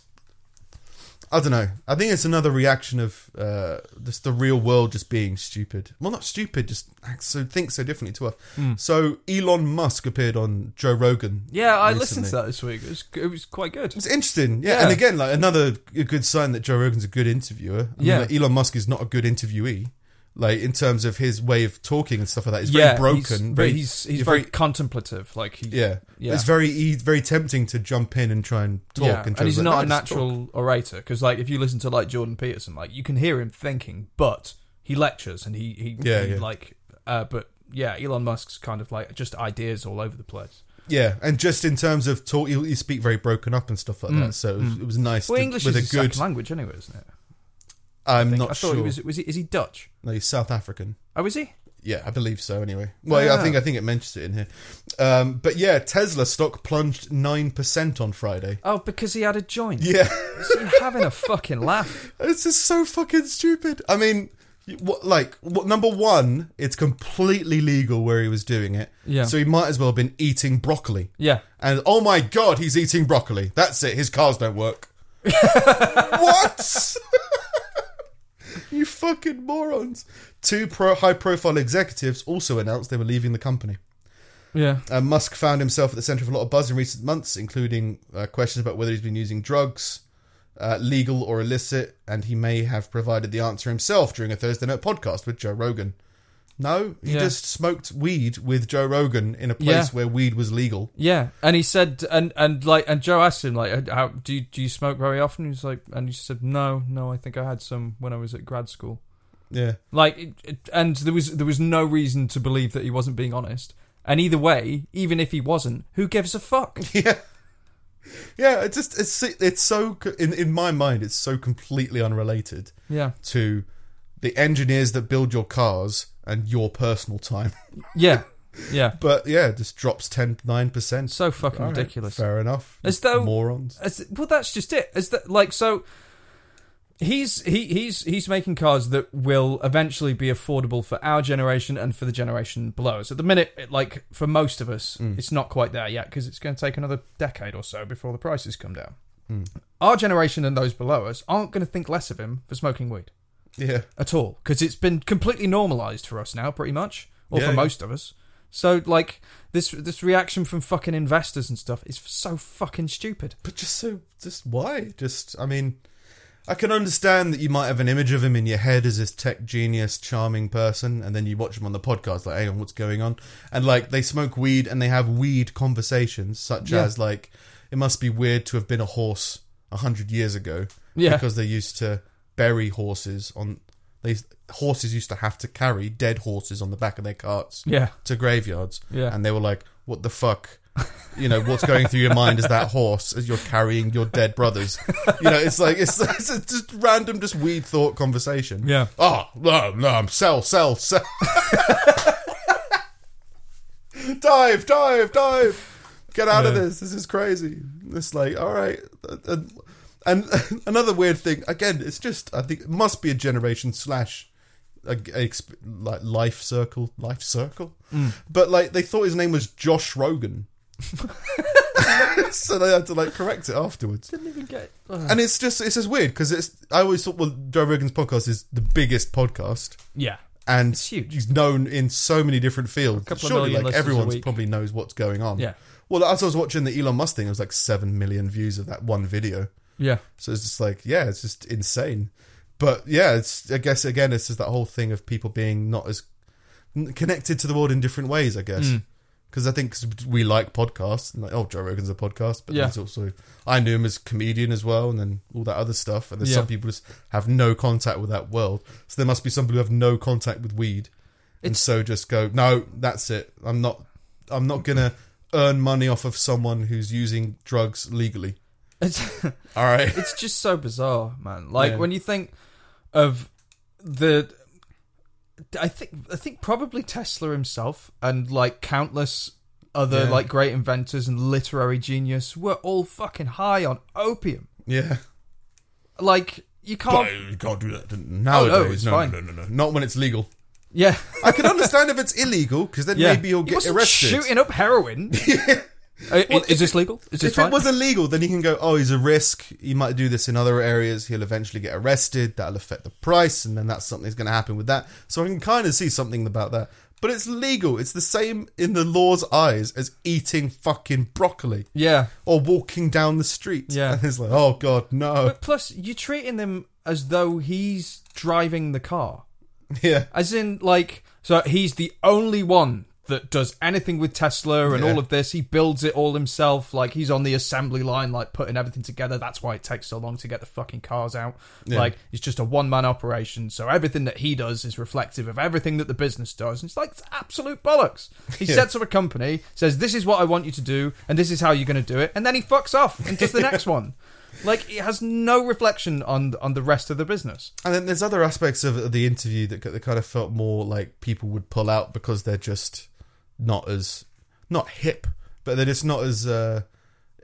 S2: I don't know. I think it's another reaction of uh, just the real world just being stupid. Well, not stupid, just acts so thinks so differently to us.
S1: Hmm.
S2: So Elon Musk appeared on Joe Rogan.
S1: yeah, I
S2: recently.
S1: listened to that this week. It was, it was quite good.
S2: It's interesting, yeah.
S1: Yeah.
S2: And again, like another good sign that Joe Rogan's a good interviewer. I mean,
S1: Yeah.
S2: like, Elon Musk is not a good interviewee, like in terms of his way of talking and stuff like that. He's very
S1: yeah,
S2: broken.
S1: he's- but
S2: very,
S1: he's he's
S2: you're
S1: very, contemplative. Like he,
S2: yeah.
S1: Yeah.
S2: It's very e- very tempting to jump in and try and talk.
S1: yeah.
S2: and,
S1: and,
S2: try
S1: he's
S2: to, like,
S1: not a
S2: "No, just talk."
S1: natural orator because like if you listen to like Jordan Peterson, like you can hear him thinking, but he lectures and he he,
S2: Yeah,
S1: he,
S2: yeah.
S1: like uh, but yeah, Elon Musk's kind of like just ideas all over the place.
S2: Yeah, and just in terms of talk, you, you speak very broken up and stuff like that. So it was, it was nice
S1: Mm. Well,
S2: to-
S1: English
S2: with
S1: is his
S2: a good.
S1: second language anyway, isn't it?
S2: I'm
S1: think-
S2: not
S1: I thought
S2: sure.
S1: he was was he is he Dutch?
S2: No, he's South African.
S1: Oh, is he?
S2: Yeah, I believe so. Anyway, well, yeah, I
S1: Ah.
S2: think I think it mentions it in here. Um, but yeah, Tesla stock plunged nine percent on Friday.
S1: Oh, because he had a joint.
S2: Yeah,
S1: So you're having a fucking laugh.
S2: it's just so fucking stupid. I mean, you- what, like, what, number one, it's completely legal where he was doing it.
S1: Yeah.
S2: So he might as well have been eating broccoli.
S1: Yeah.
S2: And oh my god, he's eating broccoli. That's it. His cars don't work. what? you fucking morons. Two pro- high profile executives also announced they were leaving the company.
S1: Yeah.
S2: Uh, Musk found himself at the centre of a lot of buzz in recent months, including uh, questions about whether he's been using drugs, uh, legal or illicit, and he may have provided the answer himself during a Thursday night podcast with Joe Rogan. No, he
S1: Yeah.
S2: just smoked weed with Joe Rogan in a place
S1: Yeah.
S2: where weed was legal.
S1: Yeah, and he said, and and like, and Joe asked him like, how do you, do you smoke very often? He was like, and he said, no, no, I think I had some when I was at grad school.
S2: Yeah.
S1: Like, it, it- and there was there was no reason to believe that he wasn't being honest. And either way, even if he wasn't, who gives a fuck?
S2: Yeah. Yeah, it just it's it's so co- in in my mind it's so completely unrelated
S1: Yeah,
S2: to the engineers that build your cars and your personal time.
S1: yeah, yeah.
S2: But yeah, it just drops 10 9%.
S1: So fucking
S2: All right,
S1: ridiculous.
S2: fair enough.
S1: As though-
S2: morons.
S1: As, well, that's just it. As that like so. He's he he's he's making cars that will eventually be affordable for our generation and for the generation below us. At the minute, it, like for most of us, it's not quite there yet because it's going to take another decade or so before the prices come down. Our generation and those below us aren't going to think less of him for smoking weed
S2: Yeah.
S1: at all because it's been completely normalized for us now, pretty much, or
S2: Yeah,
S1: for
S2: yeah.
S1: most of us. So like this this reaction from fucking investors and stuff is so fucking stupid.
S2: But just so just why? Just I mean I can understand that you might have an image of him in your head as this tech genius, charming person, and then you watch him on the podcast, like, hang on, what's going on? And like they smoke weed and they have weed conversations, such
S1: Yeah.
S2: as like, it must be weird to have been a horse a hundred years ago.
S1: Yeah.
S2: Because they used to bury horses on they horses used to have to carry dead horses on the back of their carts
S1: Yeah.
S2: to graveyards.
S1: Yeah.
S2: And they were like, what the fuck? You know, what's going through your mind is that horse as you're carrying your dead brothers. You know, it's like, it's, it's a just random, just weed thought conversation.
S1: Yeah.
S2: Oh, no, no, sell, sell, sell. dive, dive, dive. Get out of
S1: Yeah.
S2: this. This is crazy. It's like, all right. And, and another weird thing, again, it's just, I think it must be a generation slash a, a exp- like life circle, life circle.
S1: Mm.
S2: But like they thought his name was Josh Rogan, so they had to like correct it afterwards.
S1: Didn't even get. uh,
S2: And it's just it's just weird because it's I always thought well Joe Rogan's podcast is the biggest podcast
S1: yeah.
S2: and
S1: It's huge.
S2: he's known in so many different fields.
S1: couple of
S2: Surely
S1: million
S2: like
S1: listeners a
S2: everyone's
S1: week.
S2: probably knows what's going on.
S1: Yeah.
S2: Well, as I was watching the Elon Musk thing, it was like seven million views of that one video.
S1: Yeah.
S2: So it's just like, yeah, it's just insane. But yeah, it's I guess again,
S1: Mm.
S2: it's just that whole thing of people being not as n- connected to the world in different ways. I guess because I think 'cause we like podcasts. And like, oh, Joe Rogan's a podcast, but
S1: Yeah.
S2: there's also I knew him as comedian as well, and then all that other stuff. And there's
S1: Yeah.
S2: some people just have no contact with that world, so there must be some people who have no contact with weed, and
S1: It's-
S2: so just go, no, that's it. I'm not. I'm not gonna earn money off of someone who's using drugs legally.
S1: It's
S2: All right.
S1: it's just so bizarre, man. Like
S2: Yeah.
S1: when you think of the, I think I think probably Tesla himself and like countless other
S2: Yeah.
S1: like great inventors and literary genius were all fucking high on opium.
S2: Yeah.
S1: Like you can't.
S2: you can't do that
S1: Oh, no,
S2: nowadays.
S1: it's
S2: no,
S1: fine.
S2: no, no, no, no. Not when it's legal.
S1: yeah,
S2: I can understand if it's illegal because then
S1: yeah.
S2: maybe you'll
S1: You
S2: get
S1: wasn't
S2: arrested.
S1: Shooting up heroin. Uh, i- is this legal? Is this
S2: if
S1: fine?
S2: it was illegal, then you can go, oh, he's a risk. He might do this in other areas. He'll eventually get arrested. That'll affect the price, and then that's something's going to happen with that. So I can kind of see something about that. But it's legal. It's the same in the law's eyes as eating fucking broccoli
S1: yeah.
S2: or walking down the street.
S1: Yeah.
S2: And it's like, oh, God, no.
S1: But plus, you're treating them as though he's driving the car.
S2: Yeah.
S1: As in, like, so he's the only one that does anything with Tesla and
S2: Yeah.
S1: all of this. He builds it all himself. Like, he's on the assembly line, like, putting everything together. That's why it takes so long to get the fucking cars out. Like, it's just a one man operation. So everything that he does is reflective of everything that the business does. And it's like, it's absolute bollocks. He sets up a company, says, This is what I want you to do, and this is how you're going to do it. And then he fucks off and does the next one. Like, it has no reflection on on the rest of the business.
S2: And then there's other aspects of the interview that, that kind of felt more like people would pull out because they're just not as not hip, but they're just not as uh,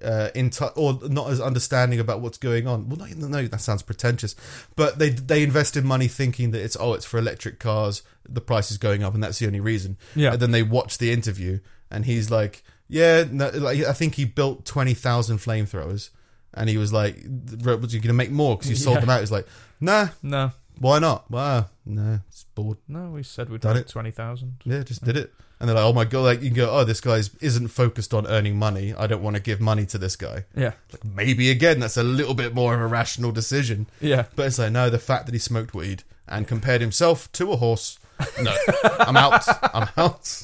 S2: uh, in touch or not as understanding about what's going on. Well, no, no, that sounds pretentious, but they they invest in money thinking that it's oh, it's for electric cars, the price is going up, and that's the only reason.
S1: Yeah.
S2: And then they watch the interview, and he's like, yeah, no, like, I think he built twenty thousand flamethrowers. And he was like, "You're going to make more because you sold
S1: Yeah.
S2: them out." He's like, "Nah,
S1: No,
S2: why not? Wow, no, it's bored.
S1: no, we said we'd
S2: Done
S1: done
S2: it.
S1: 20,000.
S2: Yeah, just did it. And they're like, oh my god, like you can go, oh, this guy isn't focused on earning money. I don't want to give money to this guy.
S1: Yeah.
S2: Like maybe again, that's a little bit more of a rational decision.
S1: Yeah.
S2: But it's like, no, the fact that he smoked weed and compared himself to a horse. No, I'm out. I'm out.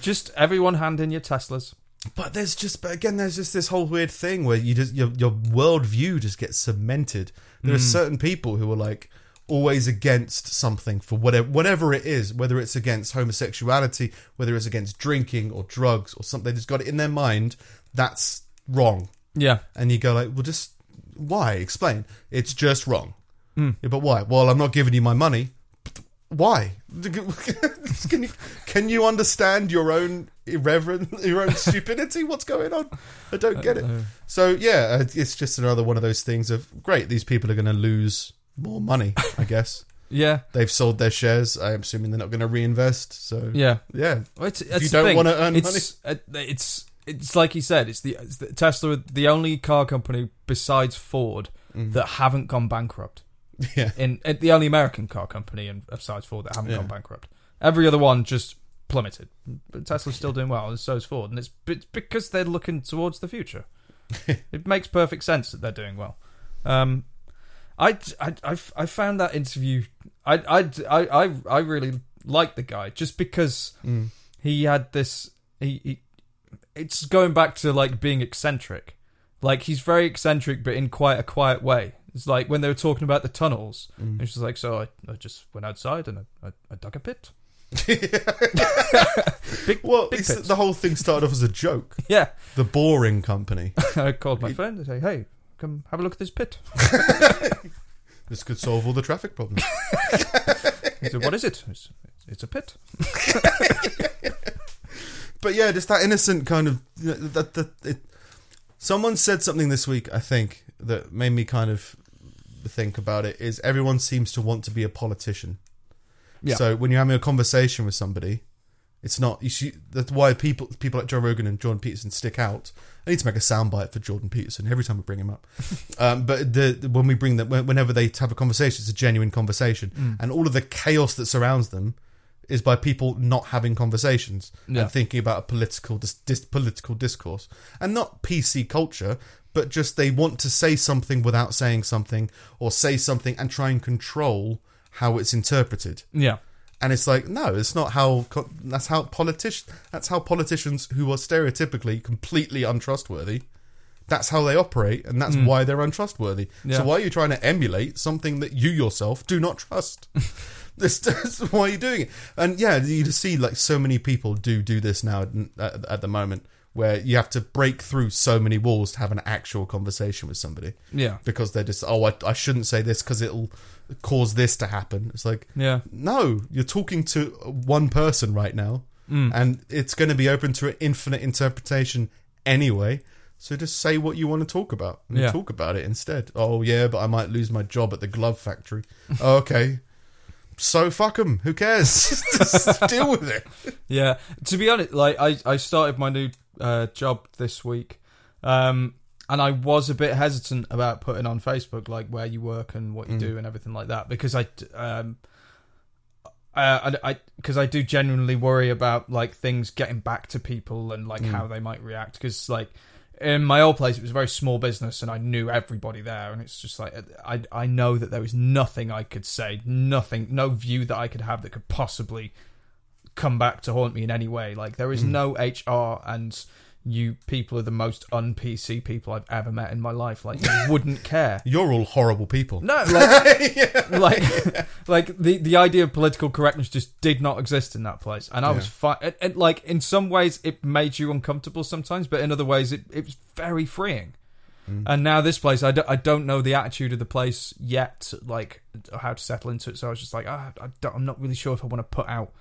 S1: Just everyone hand in your Teslas.
S2: But there's just, but again, there's just this whole weird thing where you just your your worldview just gets cemented. There are certain people who are like always against something for whatever whatever it is, whether it's against homosexuality, whether it's against drinking or drugs or something. They just got it in their mind that's wrong,
S1: Yeah.
S2: and you go like, well, just why? Explain. It's just wrong.
S1: Hmm.
S2: Yeah, but why? Well, I'm not giving you my money. Why? can you can you understand your own irreverent, your own stupidity? What's going on? I don't get it. So yeah, uh, it's just another one of those things of great. These people are going to lose more money. I guess
S1: Yeah.
S2: they've sold their shares. I'm assuming they're not going to reinvest. So
S1: Yeah.
S2: yeah,
S1: Well, it's, it's
S2: you
S1: the
S2: don't
S1: thing.
S2: wanna earn
S1: it's, uh, it's it's like you said. It's the, it's the Tesla, the only car company besides Ford
S2: Mm-hmm.
S1: that haven't gone bankrupt.
S2: yeah.
S1: In uh, the only American car company and besides Ford that haven't
S2: Yeah.
S1: gone bankrupt. Every other one just plummeted. But Tesla's still doing well, and so is Ford, and it's it's because they're looking towards the future. it makes perfect sense that they're doing well. Um, I, I, I, I found that interview. I, I, I, I, I really liked the guy just because he had this. He, he, it's going back to like being eccentric. Like he's very eccentric, but in quite a quiet way. It's like when they were talking about the tunnels. It was just like, so I, I just went outside and I, I, I dug a pit. big,
S2: Well,
S1: big
S2: it's,
S1: pit.
S2: the whole thing started off as a joke.
S1: yeah.
S2: The Boring Company.
S1: I called my friend and say, hey, come have a look at this pit.
S2: this could solve all the traffic problems.
S1: He said, what is it? It's, it's a pit.
S2: but yeah, just that innocent kind of that that it, someone said something this week. I think that made me kind of think about it. Is everyone seems to want to be a politician?
S1: Yeah.
S2: So when you're having a conversation with somebody, it's not. You see, that's why people people like Joe Rogan and Jordan Peterson stick out. I need to make a soundbite for Jordan Peterson every time we bring him up. um, but the, the- when we bring them, when- whenever they have a conversation, it's a genuine conversation,
S1: Mm.
S2: and all of the chaos that surrounds them is by people not having conversations
S1: Yeah.
S2: and thinking about a political dis- dis- political discourse and not PC culture, but just they want to say something without saying something or say something and try and control how it's interpreted
S1: Yeah.
S2: And it's like, no, it's not how. co- That's how politicians. That's how politicians who are stereotypically completely untrustworthy. That's how they operate, and that's why they're untrustworthy.
S1: Yeah.
S2: So why are you trying to emulate something that you yourself do not trust? this, that's why you're doing it. And yeah, you just see like so many people do do this now at, at the moment, where you have to break through so many walls to have an actual conversation with somebody
S1: Yeah.
S2: because they're just oh I, I shouldn't say this because it'll cause this to happen it's like
S1: Yeah.
S2: no you're talking to one person right now
S1: Mm.
S2: and it's going to be open to infinite interpretation anyway so just say what you want to talk about and
S1: Yeah.
S2: talk about it instead oh yeah but i might lose my job at the glove factory oh, okay so fuck 'em. who cares just deal with it
S1: Yeah, to be honest, like I, I started my new uh, job this week, um, and I was a bit hesitant about putting on Facebook like where you work and what you do and everything like that because I, d- um, uh, I, because I, do genuinely worry about like things getting back to people and like how they might react because like. In my old place, it was a very small business, and I knew everybody there. And it's just like I, I know that there was nothing I could say, nothing, no view that I could have that could possibly come back to haunt me in any way. Like there is no HR and you people are the most un PC people I've ever met in my life. Like you wouldn't care.
S2: you're all horrible people
S1: No, like, like, like the the idea of political correctness just did not exist in that place, and I was fine. It, it, like in some ways, it made you uncomfortable sometimes, but in other ways, it, it was very freeing.
S2: Mm.
S1: And now this place, I, do, I don't know the attitude of the place yet, like how to settle into it. So I was just like, ah, I don't, I'm not really sure if I want to put out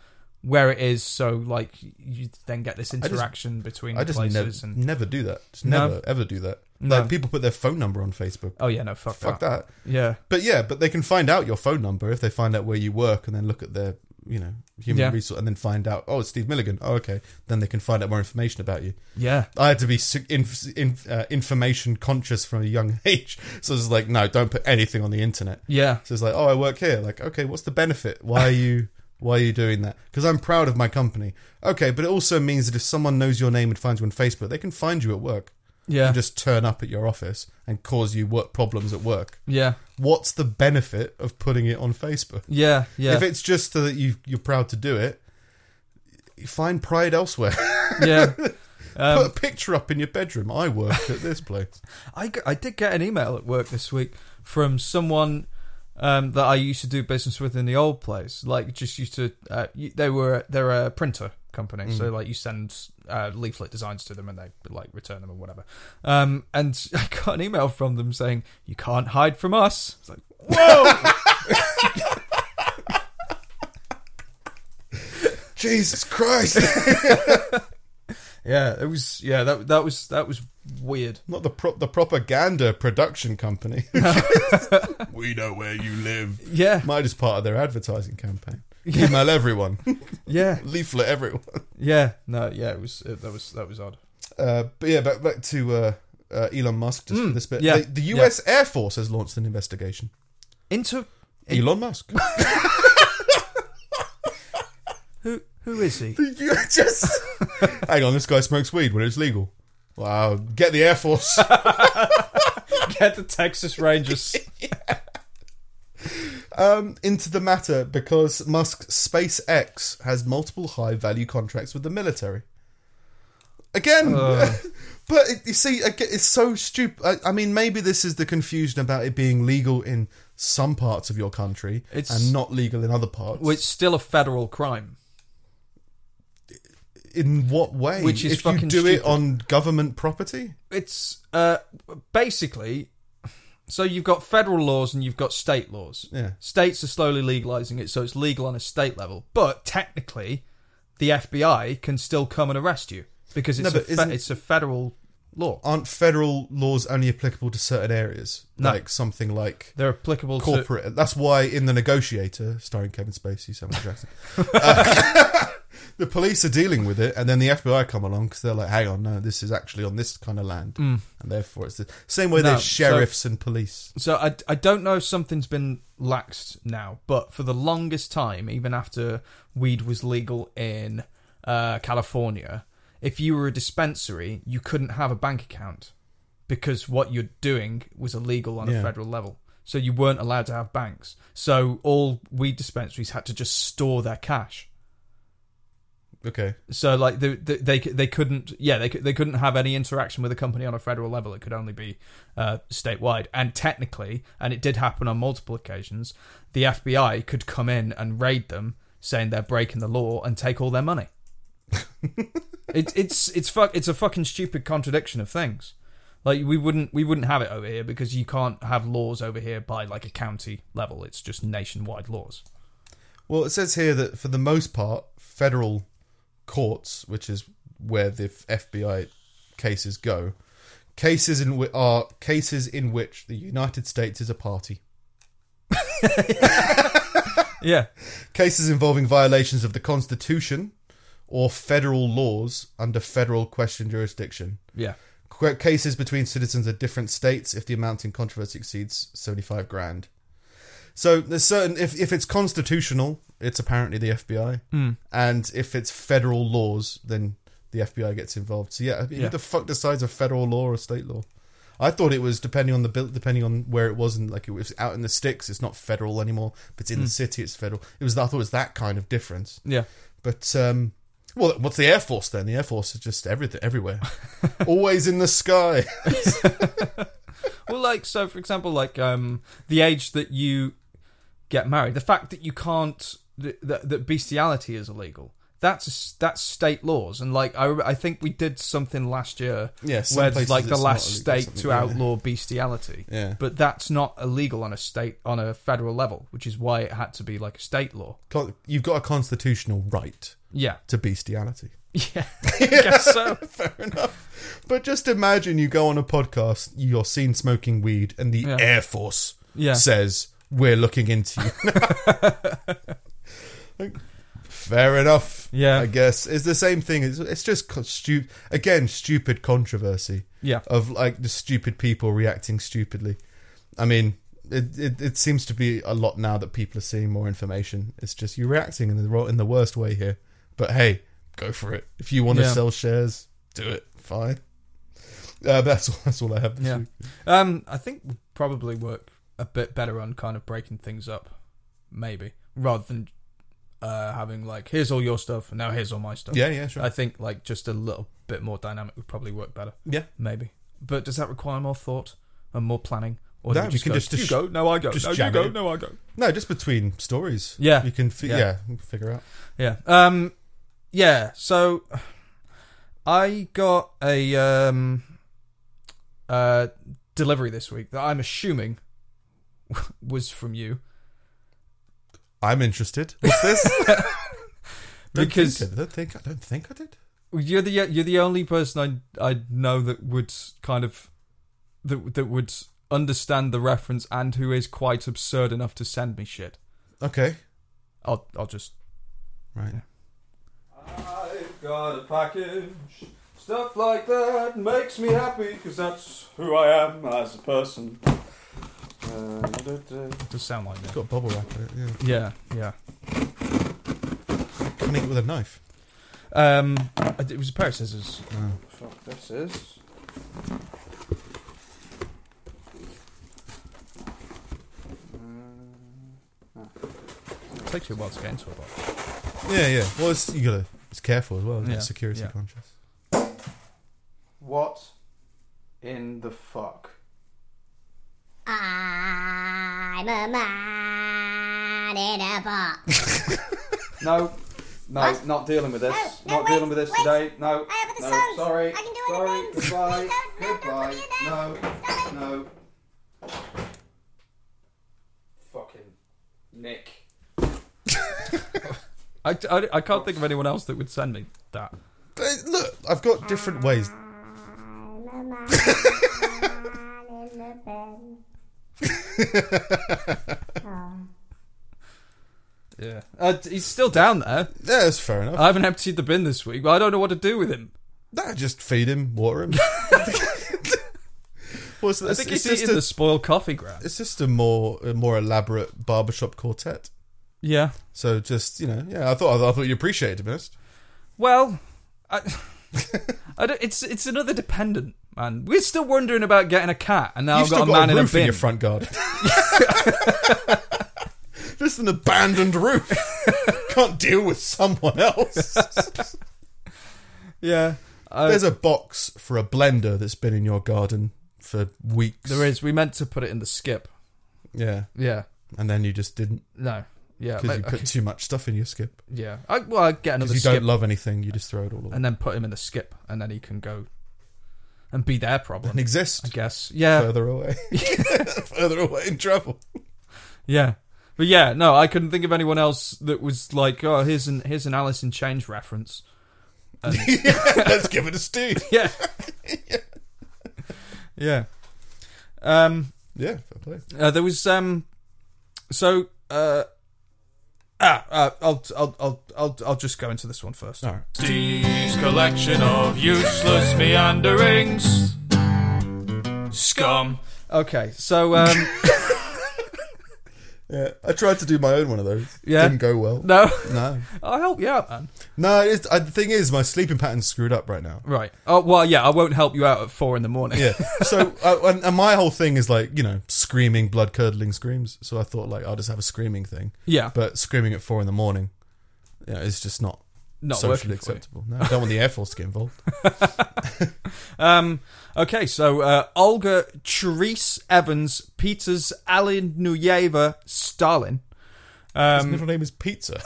S1: where it is. So like, you then get this
S2: just-
S1: interaction between
S2: i
S1: the
S2: just
S1: places
S2: nev-
S1: and
S2: never do that just
S1: No.
S2: never ever do that
S1: No.
S2: like people put their phone number on facebook
S1: oh yeah, no fuck,
S2: fuck that
S1: yeah,
S2: But yeah, but they can find out your phone number if they find out where you work and then look at their, you know, human
S1: Yeah.
S2: resource and then find out, oh, it's Steve Milligan. Oh, okay. Then they can find out more information about you.
S1: yeah,
S2: I had to be su- inf- in, uh, information conscious from a young age. So it's like, no, don't put anything on the internet.
S1: yeah,
S2: So it's like, oh, I work here. Like, okay, what's the benefit? Why are you why are you doing that? Because I'm proud of my company. Okay, but it also means that if someone knows your name and finds you on Facebook, they can find you at work
S1: yeah,
S2: and just turn up at your office and cause you work problems at work
S1: yeah,
S2: what's the benefit of putting it on Facebook?
S1: yeah, yeah.
S2: If it's just so that you you're proud to do it, you find pride elsewhere.
S1: yeah. Um,
S2: Put a picture up in your bedroom. I work at this place.
S1: I, g- I did get an email at work this week from someone um, that I used to do business with in the old place. Like, just used to uh, y- they were they're a printer company, so like you send uh, leaflet designs to them and they like return them or whatever. Um, and I got an email from them saying you can't hide from us. It's like whoa,
S2: Jesus Christ!
S1: yeah, it was yeah that that was that was weird.
S2: Not the pro- the propaganda production company. we know where you live.
S1: Yeah,
S2: Might as part of their advertising campaign. Email everyone,
S1: yeah,
S2: leaflet everyone.
S1: yeah. No, yeah, it was it, that was that was odd.
S2: Uh, but yeah, back back to uh, uh, Elon Musk. Just for this bit,
S1: Hmm. yeah,
S2: the, the U.S. Air Force has launched an investigation.
S1: Into
S2: Elon Musk.
S1: who who is he?
S2: You just hang on. This guy smokes weed when it's legal. Wow, get the Air Force.
S1: Get the Texas Rangers.
S2: um, into the matter because Musk's SpaceX has multiple high-value contracts with the military. Again, but it, you see, again, it's so stupid. I, I mean, maybe this is the confusion about it being legal in some parts of your country
S1: It's-
S2: and not legal in other parts.
S1: Well, it's still a federal crime.
S2: in what way?
S1: Which is
S2: if you
S1: fucking
S2: do it
S1: stupid.
S2: on government property?
S1: It's uh, basically so you've got federal laws and you've got state laws.
S2: Yeah.
S1: States are slowly legalizing it, so it's legal on a state level. But technically, the FBI can still come and arrest you because it's
S2: No,
S1: a
S2: but
S1: fe-
S2: isn't-
S1: it's a federal law.
S2: aren't federal laws only applicable to certain areas?
S1: No.
S2: Like something like
S1: They're applicable to
S2: corporate. that's why in The Negotiator, starring Kevin Spacey, Samuel Jackson, uh, the police are dealing with it, and then the FBI come along because they're like, hang on, no, this is actually on this kind of land. And therefore, it's the same way
S1: Mm. No,
S2: there's sheriffs and police.
S1: So I, I don't know if something's been laxed now, but for the longest time, even after weed was legal in uh, California, if you were a dispensary, you couldn't have a bank account because what you're doing was illegal on a
S2: Yeah.
S1: federal level. so you weren't allowed to have banks. So all weed dispensaries had to just store their cash.
S2: Okay.
S1: So like the, the, they they couldn't yeah they cou- they couldn't have any interaction with a company on a federal level. It could only be uh, statewide. And technically, and it did happen on multiple occasions, the FBI could come in and raid them, saying they're breaking the law and take all their money. it's it's it's fuck it's a fucking stupid contradiction of things. Like we wouldn't we wouldn't have it over here because you can't have laws over here by like a county level. It's just nationwide laws.
S2: Well, it says here that for the most part, federal courts, which is where the f- FBI cases go, cases in whi are cases in which the United States is a party.
S1: Yeah.
S2: Cases involving violations of the Constitution or federal laws under federal question jurisdiction.
S1: Yeah.
S2: Qu- cases between citizens of different states if the amount in controversy exceeds 75 grand. So there's certain if if it's constitutional, it's apparently the FBI, and if it's federal laws, then the FBI gets involved. So yeah, who
S1: Yeah.
S2: the fuck decides a federal law or state law? I thought it was depending on the bill, depending on where it was, and like it was out in the sticks, it's not federal anymore. But it's in the city, it's federal. It was I thought it was that kind of difference.
S1: Yeah.
S2: But um, well, what's the Air Force then? The Air Force is just everything, everywhere, always in the sky.
S1: well like so for example like um the age that you get married the fact that you can't that, that that bestiality is illegal that's a s that's state laws and like I, I think we did something last year
S2: Yeah, some
S1: where it's
S2: places
S1: like the
S2: it's not
S1: last
S2: illegal,
S1: state
S2: something,
S1: to
S2: yeah.
S1: outlaw bestiality
S2: Yeah.
S1: but that's not illegal on a state on a federal level which is why it had to be like a state law
S2: Con- You've got a constitutional right
S1: yeah
S2: to bestiality.
S1: yeah I guess so
S2: Fair enough. But just imagine you go on a podcast, you're seen smoking weed, and the
S1: Yeah.
S2: Air Force
S1: Yeah.
S2: says, We're looking into you. Like, Fair enough.
S1: Yeah.
S2: I guess. It's the same thing. It's, it's just, co- stu- again, stupid controversy
S1: yeah
S2: of like the stupid people reacting stupidly. I mean, it, it it seems to be a lot now that people are seeing more information. It's just you're reacting in the ro- in the worst way here. But hey, go for it. If you want to
S1: Yeah.
S2: sell shares, do it. Fine. Uh, but that's all. That's all I have. This
S1: Yeah.
S2: week.
S1: Um, I think we probably work a bit better on kind of breaking things up, maybe rather than uh, having like here's all your stuff and now here's all my stuff.
S2: Yeah. Yeah. Sure.
S1: I think like just a little bit more dynamic would probably work better.
S2: yeah.
S1: Maybe, but does that require more thought and more planning? Or
S2: No,
S1: do we
S2: you
S1: just
S2: can
S1: go,
S2: just-
S1: you
S2: just-
S1: go, no I go,
S2: just
S1: no you
S2: jam
S1: go,
S2: it.
S1: no I go.
S2: No, just between stories.
S1: Yeah.
S2: You can. Fi-
S1: Yeah.
S2: yeah. you can figure out.
S1: Yeah. Um yeah, so I got a um uh delivery this week that I'm assuming was from you
S2: I'm interested. What's this? Don't
S1: because
S2: think I, don't think I don't think I did.
S1: you're the you're the only person I I know that would kind of that that would understand the reference and who is quite absurd enough to send me shit.
S2: Okay.
S1: I'll I'll just
S2: Right.
S1: I've got a package. Stuff like that makes me happy because that's who I am as a person. Does sound like that?
S2: Got bubble wrap. in it, Yeah.
S1: Yeah, yeah.
S2: Cutting it with a knife.
S1: Um, it was a pair of scissors.
S2: Oh.
S1: Fuck, this is. Uh, Takes you a while to get into a box.
S2: Yeah, yeah. Well, it's, you gotta. It's careful as well. Isn't
S1: Yeah,
S2: it? Security
S1: yeah.
S2: conscious.
S1: What in the fuck?
S3: I'm a man in a box.
S1: No, no,
S3: What?
S1: not dealing with this.
S3: No, no,
S1: not dealing
S3: wait,
S1: with this
S3: wait.
S1: today. No,
S3: I have the
S1: no,
S3: songs.
S1: sorry,
S3: I can do it
S1: sorry,
S3: alone.
S1: goodbye,
S3: No, no, no,
S1: goodbye.
S3: don't
S1: No,
S3: put me in there.
S1: no. Fucking Nick. I, I, I can't think of anyone else that would send me that.
S2: But look, I've got different ways.
S3: I'm a man in a bin.
S1: Yeah, uh, d- he's still down there.
S2: Yeah, that's fair enough.
S1: I haven't emptied the bin this week, but I don't know what to do with him.
S2: Nah, just feed him, water him. well, it's,
S1: I think
S2: it's,
S1: he's
S2: just a,
S1: eating the spoiled coffee ground.
S2: it's just a more a more elaborate barbershop quartet.
S1: Yeah.
S2: So just you know, yeah. I thought I, thought you appreciated it, to be honest.
S1: Well, I, I don't, it's it's another dependent. And we're still wondering about getting a cat, and now
S2: You've
S1: I've
S2: still
S1: got
S2: got
S1: a man
S2: a
S1: in a
S2: roof in
S1: bin.
S2: your front garden. Just an abandoned roof. Can't deal with someone else.
S1: yeah, uh,
S2: There's a box for a blender that's been in your garden for weeks.
S1: there is. We meant to put it in the skip.
S2: Yeah.
S1: Yeah,
S2: And then you just didn't
S1: no, yeah,
S2: because you
S1: but-
S2: put too much stuff in your skip.
S1: yeah. I, well, I get another
S2: Because you
S1: skip,
S2: don't love anything, you just throw it all away.
S1: and then put him in the skip, and then he can go and be their problem.
S2: And exist
S1: I guess. Yeah,
S2: further away. further away in travel.
S1: Yeah. But yeah, no, I couldn't think of anyone else that was like, oh, here's an here's an Alice in Chains reference.
S2: Let's give it a steam.
S1: Yeah. yeah. Um
S2: Yeah, fair play.
S1: uh, there was um so uh Ah, uh, I'll, I'll, I'll, I'll, I'll just go into this one first.
S2: All right.
S1: Steve's collection of useless meanderings. Scum. Okay, so um,
S2: Yeah, I tried to do my own one of those.
S1: Yeah.
S2: Didn't go well.
S1: no,
S2: No.
S1: I'll help you out, man.
S2: No, it is, uh, the thing is, my sleeping pattern's screwed up right now.
S1: Right. Oh well, yeah, I won't help you out at four in the morning.
S2: Yeah. So, uh, and, and my whole thing is like, you know, screaming, blood curdling screams. So I thought, like, I'll just have a screaming thing.
S1: yeah.
S2: But screaming at four in the morning, you know, it's just not,
S1: not
S2: socially
S1: working for you.
S2: acceptable. No, I don't want the Air Force to get involved.
S1: Um, okay, so uh, Olga Therese Evans Peters Allen Nuyeva Stalin.
S2: His
S1: Um,
S2: middle name is Pizza.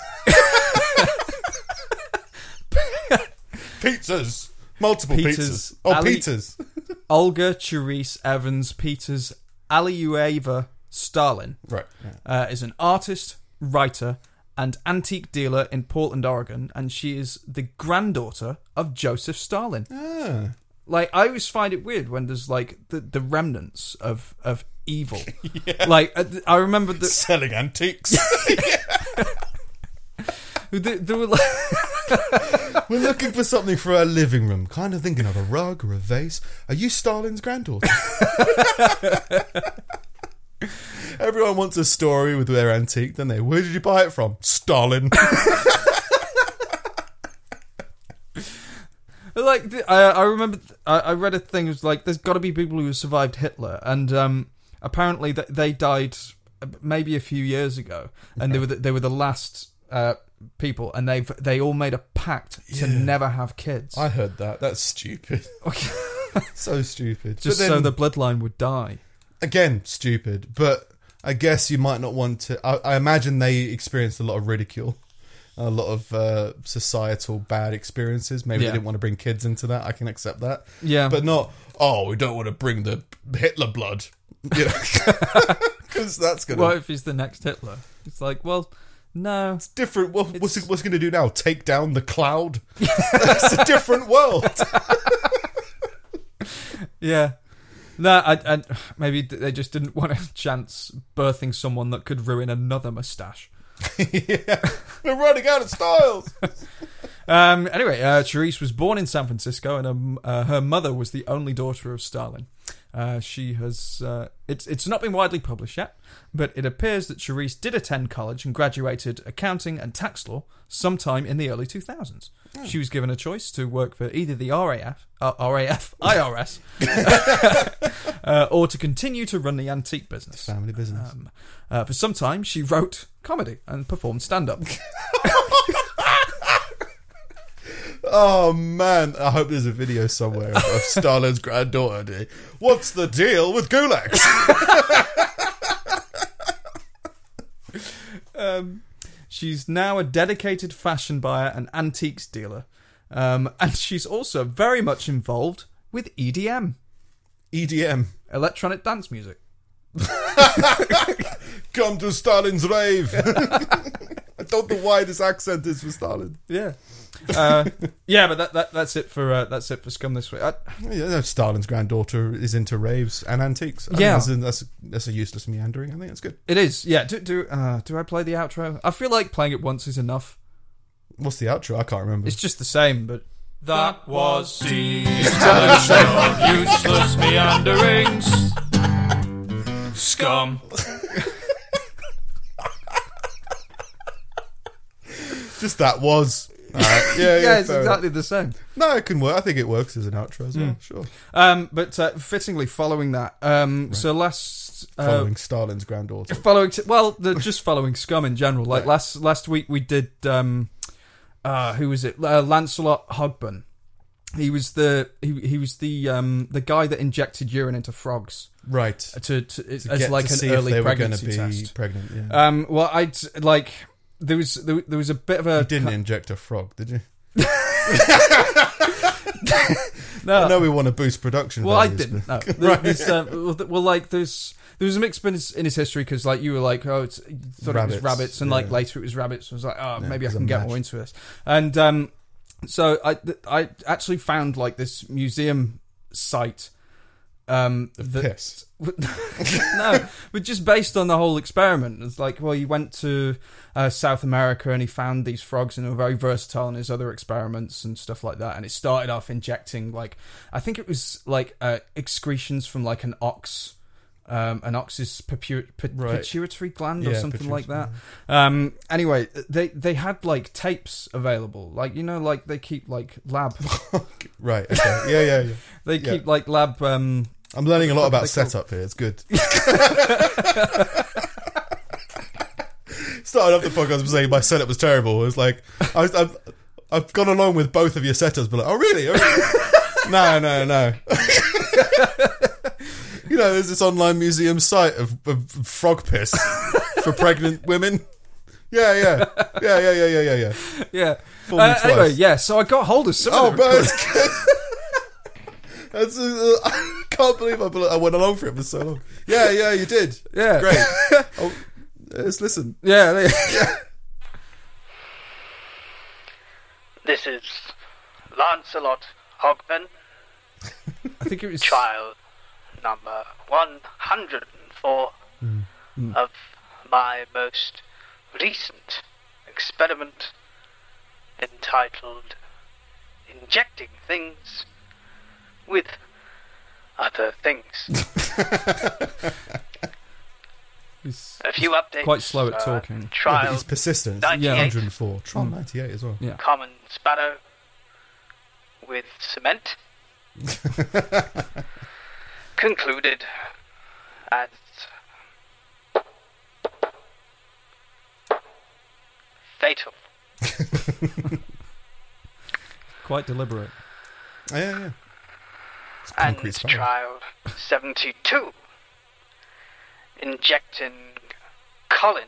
S2: pizzas. Multiple
S1: Pizzas.
S2: pizzas. Oh,
S1: Ali-
S2: pizzas.
S1: Olga Therese Evans Peters Aliyeva Stalin
S2: Right.
S1: uh, is an artist, writer, and antique dealer in Portland, Oregon, and she is the granddaughter of Joseph Stalin.
S2: Ah.
S1: like I always find it weird when there's like the, the remnants of of evil. Like uh, th- I remember that
S2: Selling antiques.
S1: there there were like
S2: We're looking for something for our living room. Kind of thinking of a rug or a vase. Are you Stalin's granddaughter? Everyone wants a story with their antique, don't they? Where did you buy it from? Stalin.
S1: like th- I, I remember th- I, I read a thing it was like there's got to be people who survived Hitler and um apparently th- they died uh, maybe a few years ago and they were the, they were the last uh people and they've they all made a pact to never have kids
S2: I heard that. That's stupid. so stupid. But
S1: just
S2: then-
S1: so the bloodline would die
S2: again stupid but i guess you might not want to i, I imagine they experienced a lot of ridicule a lot of uh, societal bad experiences maybe
S1: Yeah.
S2: they didn't want to bring kids into that i can accept that
S1: Yeah.
S2: but not oh we don't want to bring the hitler blood you know because that's gonna
S1: what if he's the next Hitler it's like well no
S2: different what, what's it, what's it gonna do now take down the cloud that's a different world
S1: Yeah. No, I, I, maybe they just didn't want to chance birthing someone that could ruin another mustache.
S2: yeah. we're running out of styles
S1: Um, anyway, uh, Therese was born in San Francisco, and um, uh, her mother was the only daughter of Stalin. Uh, she has uh, it's it's not been widely published yet, but it appears that Therese did attend college and graduated accounting and tax law sometime in the early 2000s. She was given a choice to work for either the RAF, uh, RAF IRS, uh, or to continue to run the antique business.
S2: family business
S1: Um, uh, for some time, she wrote comedy and performed stand up.
S2: Oh man, I hope there's a video somewhere of Stalin's granddaughter. doing, What's the deal with gulags?
S1: um, she's now a dedicated fashion buyer and antiques dealer. Um, and she's also very much involved with EDM,
S2: EDM.
S1: electronic dance music.
S2: Come to Stalin's rave. I don't know why this accent is for Stalin.
S1: Yeah. Uh, yeah, but that, that that's it for uh, that's it for scum this week. I,
S2: Yeah, no, Stalin's granddaughter is into raves and antiques. I think
S1: Yeah.
S2: that's, a, that's, a, that's a useless meandering. I think that's good.
S1: it is. Yeah. Do do uh, do I play the outro? I feel like playing it once is enough.
S2: What's the outro? I can't remember.
S1: It's just the same, but that was
S4: useless meanderings. Scum.
S2: just that was Alright, yeah, yeah,
S1: it's
S2: fair enough.
S1: exactly the same.
S2: No, it can work. I think it works as an outro as well. Sure.
S1: Um, but uh, fittingly, following that, um, so last uh,
S2: Following Stalin's granddaughter.
S1: following well the, just following scum in general like last last week we did um uh who was it uh, lancelot hogben he was the he, he was the um the guy that injected urine into frogs
S2: Right.
S1: to, to,
S2: To
S1: as
S2: get
S1: like
S2: to
S1: an
S2: see if
S1: early
S2: they were gonna
S1: pregnancy test
S2: pregnant. Yeah.
S1: um well i'd like there was there, there was a bit of a
S2: you didn't inject a frog, did you?
S1: no,
S2: I know we want to boost production.
S1: Well, I
S2: values,
S1: didn't.
S2: but-
S1: No. There- there's, uh, well, th- well, like there's there was a mix in his, in his history because like you were like, oh, it's, you thought it
S2: Rabbits,
S1: was rabbits, and like
S2: yeah.
S1: later it was rabbits. I was like, oh, maybe I
S2: it's a
S1: can get
S2: match.
S1: more into this. And um, so I th- I actually found like this museum site. Um, that-
S2: Piss.
S1: no, but just based on the whole experiment, it's like, well, he went to uh, South America and he found these frogs and they were very versatile in his other experiments and stuff like that. And it started off injecting, like, I think it was like uh, excretions from like an ox, um, an ox's pitu- pit-
S2: Right.
S1: pituitary gland or
S2: Yeah,
S1: something like that.
S2: pituitary,
S1: Um, anyway, they they had like tapes available, like you know, like they keep like lab,
S2: Right. Okay. Yeah, yeah, yeah.
S1: they
S2: Yeah.
S1: keep like lab. Um,
S2: I'm learning a lot about
S1: they called?
S2: setup here. It's good. Started off the podcast by saying my setup was terrible. It was like I, I've I've gone along with both of your setups, but like, oh really? Oh, really? no, no, no. you know, there's this online museum site of, of frog piss for pregnant women. Yeah, yeah, yeah, yeah, yeah, yeah, yeah, yeah.
S1: yeah.
S2: me
S1: Uh, anyway,
S2: twice.
S1: yeah. So I got hold of some.
S2: Oh,
S1: of the
S2: but that's, uh, I can't believe I, bel- I went along for it for so long. Yeah, yeah, you did.
S1: Yeah.
S2: great. oh, let's listen.
S1: Yeah, they-
S5: This is Lancelot Hogman,
S1: I think it was
S5: child number 104
S1: Hmm.
S5: of my most recent experiment entitled Injecting Things with Other Things.
S1: it's-
S5: A few updates.
S1: quite slow at
S5: uh,
S1: talking. Yeah, but
S5: Trial
S2: His persistence.
S5: 98
S1: Yeah.
S2: 104. Tron 98 Oh, as well.
S1: Yeah.
S5: common sparrow with cement concluded as fatal.
S1: quite deliberate.
S2: Yeah, yeah. yeah. It's
S5: and
S2: concrete spiral.
S5: trial 72 injecting Colin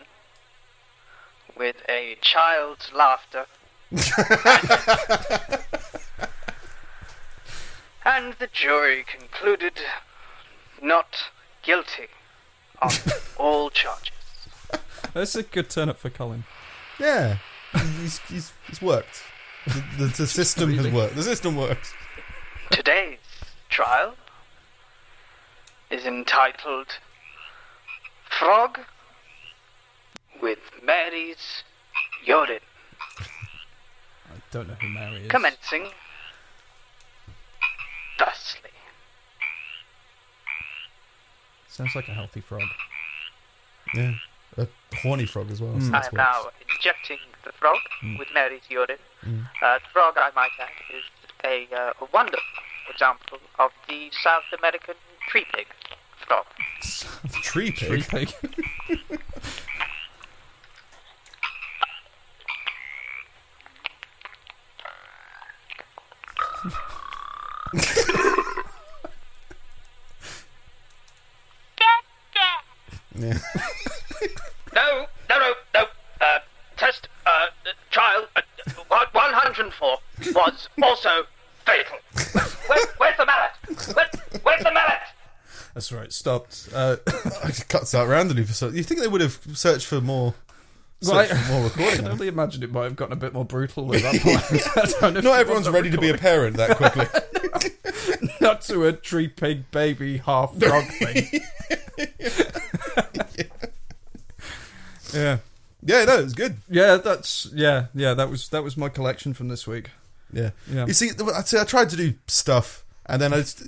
S5: with a child's laughter and the jury concluded not guilty on all charges
S1: That's a good turn up for Colin.
S2: Yeah. He's, he's, he's worked. The, the, the system has
S1: breathing.
S2: worked. The system works.
S5: today's trial is entitled Frog with Mary's Urine.
S1: I don't know who Mary is.
S5: Commencing thusly.
S1: Sounds like a healthy frog.
S2: Yeah. A horny frog as well. so
S1: Mm.
S5: I
S2: that's worked.
S5: am now injecting the frog with Mary's urine. Uh, the frog, I might add, is a uh, wonderful example of the South American tree pig frog.
S2: Tree pig.
S1: Tree pig.
S2: Yeah.
S5: No, no, no, no. Uh, test, uh, uh, trial, uh, uh, one- 104 was also fatal. Where, where, where's the mallet? Where, where's the mallet?
S1: That's right. Stopped.
S2: Uh, I just cuts out randomly for so. You think they would have searched for more?
S1: Right.
S2: Searched for more
S1: I
S2: recording?
S1: can
S2: huh?
S1: only imagine it might have gotten a bit more brutal with that point. I don't know if you
S2: Not everyone's
S1: want
S2: ready to be a parent that quickly.
S1: a nut to a tree pig baby half frog thing. yeah.
S2: yeah, no, it's good.
S1: Yeah, that's yeah, yeah, that was that was my collection from this week.
S2: Yeah.
S1: Yeah.
S2: You see, th- I see, I tried to do stuff, and then I just,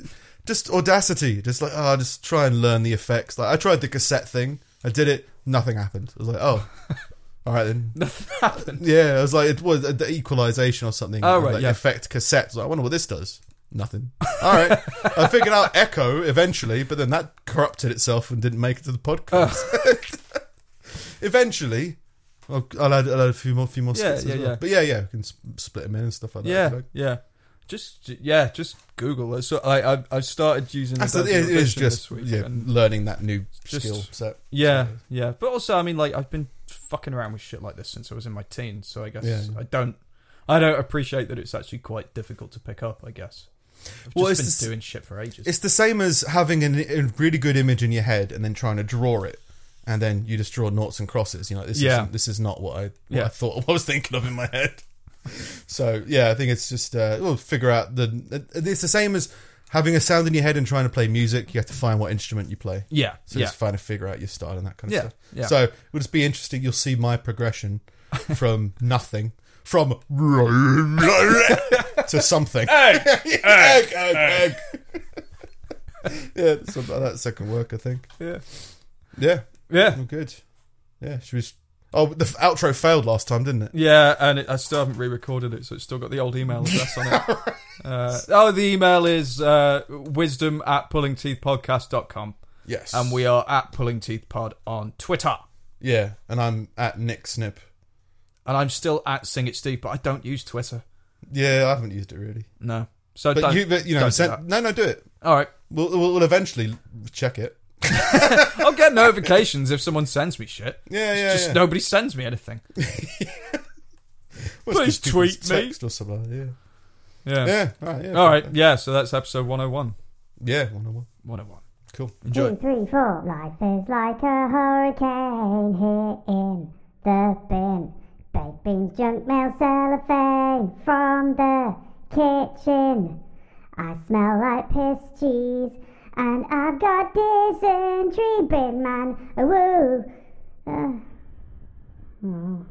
S2: just audacity, just like oh, I'll just try and learn the effects. Like I tried the cassette thing, I did it, nothing happened. I was like, oh, All right then.
S1: Nothing happened.
S2: Yeah, it was like it was uh, the equalization or something.
S1: Oh, right,
S2: like
S1: yeah.
S2: Effect cassette. I, was like, I wonder what this does. Nothing. All right. I figured out echo eventually, but then that corrupted itself and didn't make it to the podcast.
S1: Oh.
S2: eventually, I'll, I'll, add, I'll add a few more, few more.
S1: Yeah,
S2: splits
S1: yeah,
S2: as well.
S1: yeah.
S2: But yeah, yeah, we can s- split them in and stuff like that. if you
S1: Yeah,
S2: like.
S1: yeah. Just yeah, just Google it. So I I, I started using
S2: That's
S1: Adobe
S2: the- it is
S1: Audition
S2: just
S1: this week
S2: yeah,
S1: and-
S2: learning that new
S1: Just-
S2: skill set.
S1: yeah, yeah. But also, I mean, like I've been fucking around with shit like this since I was in my teens, so I guess
S2: Yeah, yeah.
S1: I don't I don't appreciate that it's actually quite difficult to pick up. I guess. I've
S2: Well,
S1: just been
S2: it's the s-
S1: doing shit for ages.
S2: It's the same as having an, a really good image in your head and then trying to draw it, and then you just draw noughts and crosses. You know, this
S1: Yeah.
S2: isn't, this is not what I what I
S1: Yeah.
S2: thought I was thinking of in my head. so yeah, I think it's just uh, we'll figure out the. It's the same as having a sound in your head and trying to play music. You have to find what instrument you play.
S1: yeah,
S2: So
S1: yeah.
S2: just trying to figure out your style and that kind of
S1: Yeah,
S2: stuff.
S1: yeah.
S2: So it'll just be interesting. You'll see my progression from nothing, from to something. Egg, egg, egg, egg. yeah, that's about that second work, I think.
S1: yeah,
S2: Yeah,
S1: yeah,
S2: I'm good. Yeah, should we? s oh, the f- outro failed last time, didn't it?
S1: yeah. And it, I still haven't re-recorded it, so it's still got the old email address on it. Uh, oh, the email is uh, wisdom at pullingteethpodcast.com.
S2: Yes.
S1: and we are at Pulling Teeth Pod on Twitter.
S2: Yeah, and I'm at Nick Snip.
S1: And I'm still at Sing It Steve, but I don't use Twitter.
S2: Yeah, I haven't used it really.
S1: No, so
S2: But
S1: don't.
S2: you, but, you know,
S1: don't do
S2: send-
S1: that.
S2: no, no, do it.
S1: All right,
S2: We'll, we'll, we'll eventually check it.
S1: I'll get notifications if someone sends me shit.
S2: Yeah, yeah.
S1: Just
S2: yeah.
S1: nobody sends me anything.
S2: Well, it's
S1: Please
S2: just people's
S1: tweet me.
S2: text or something.
S1: Yeah.
S2: Yeah. Yeah. All right. Yeah.
S1: All right. Yeah. So that's episode 101.
S2: Yeah. One on one.
S1: 101.
S2: Cool.
S1: Enjoy.
S3: Two, three, four. Life is like a hurricane here in the bin. Baked beans, junk mail, cellophane from the kitchen. I smell like piss cheese and I've got dysentery, bin man. Woo. Uh, oh.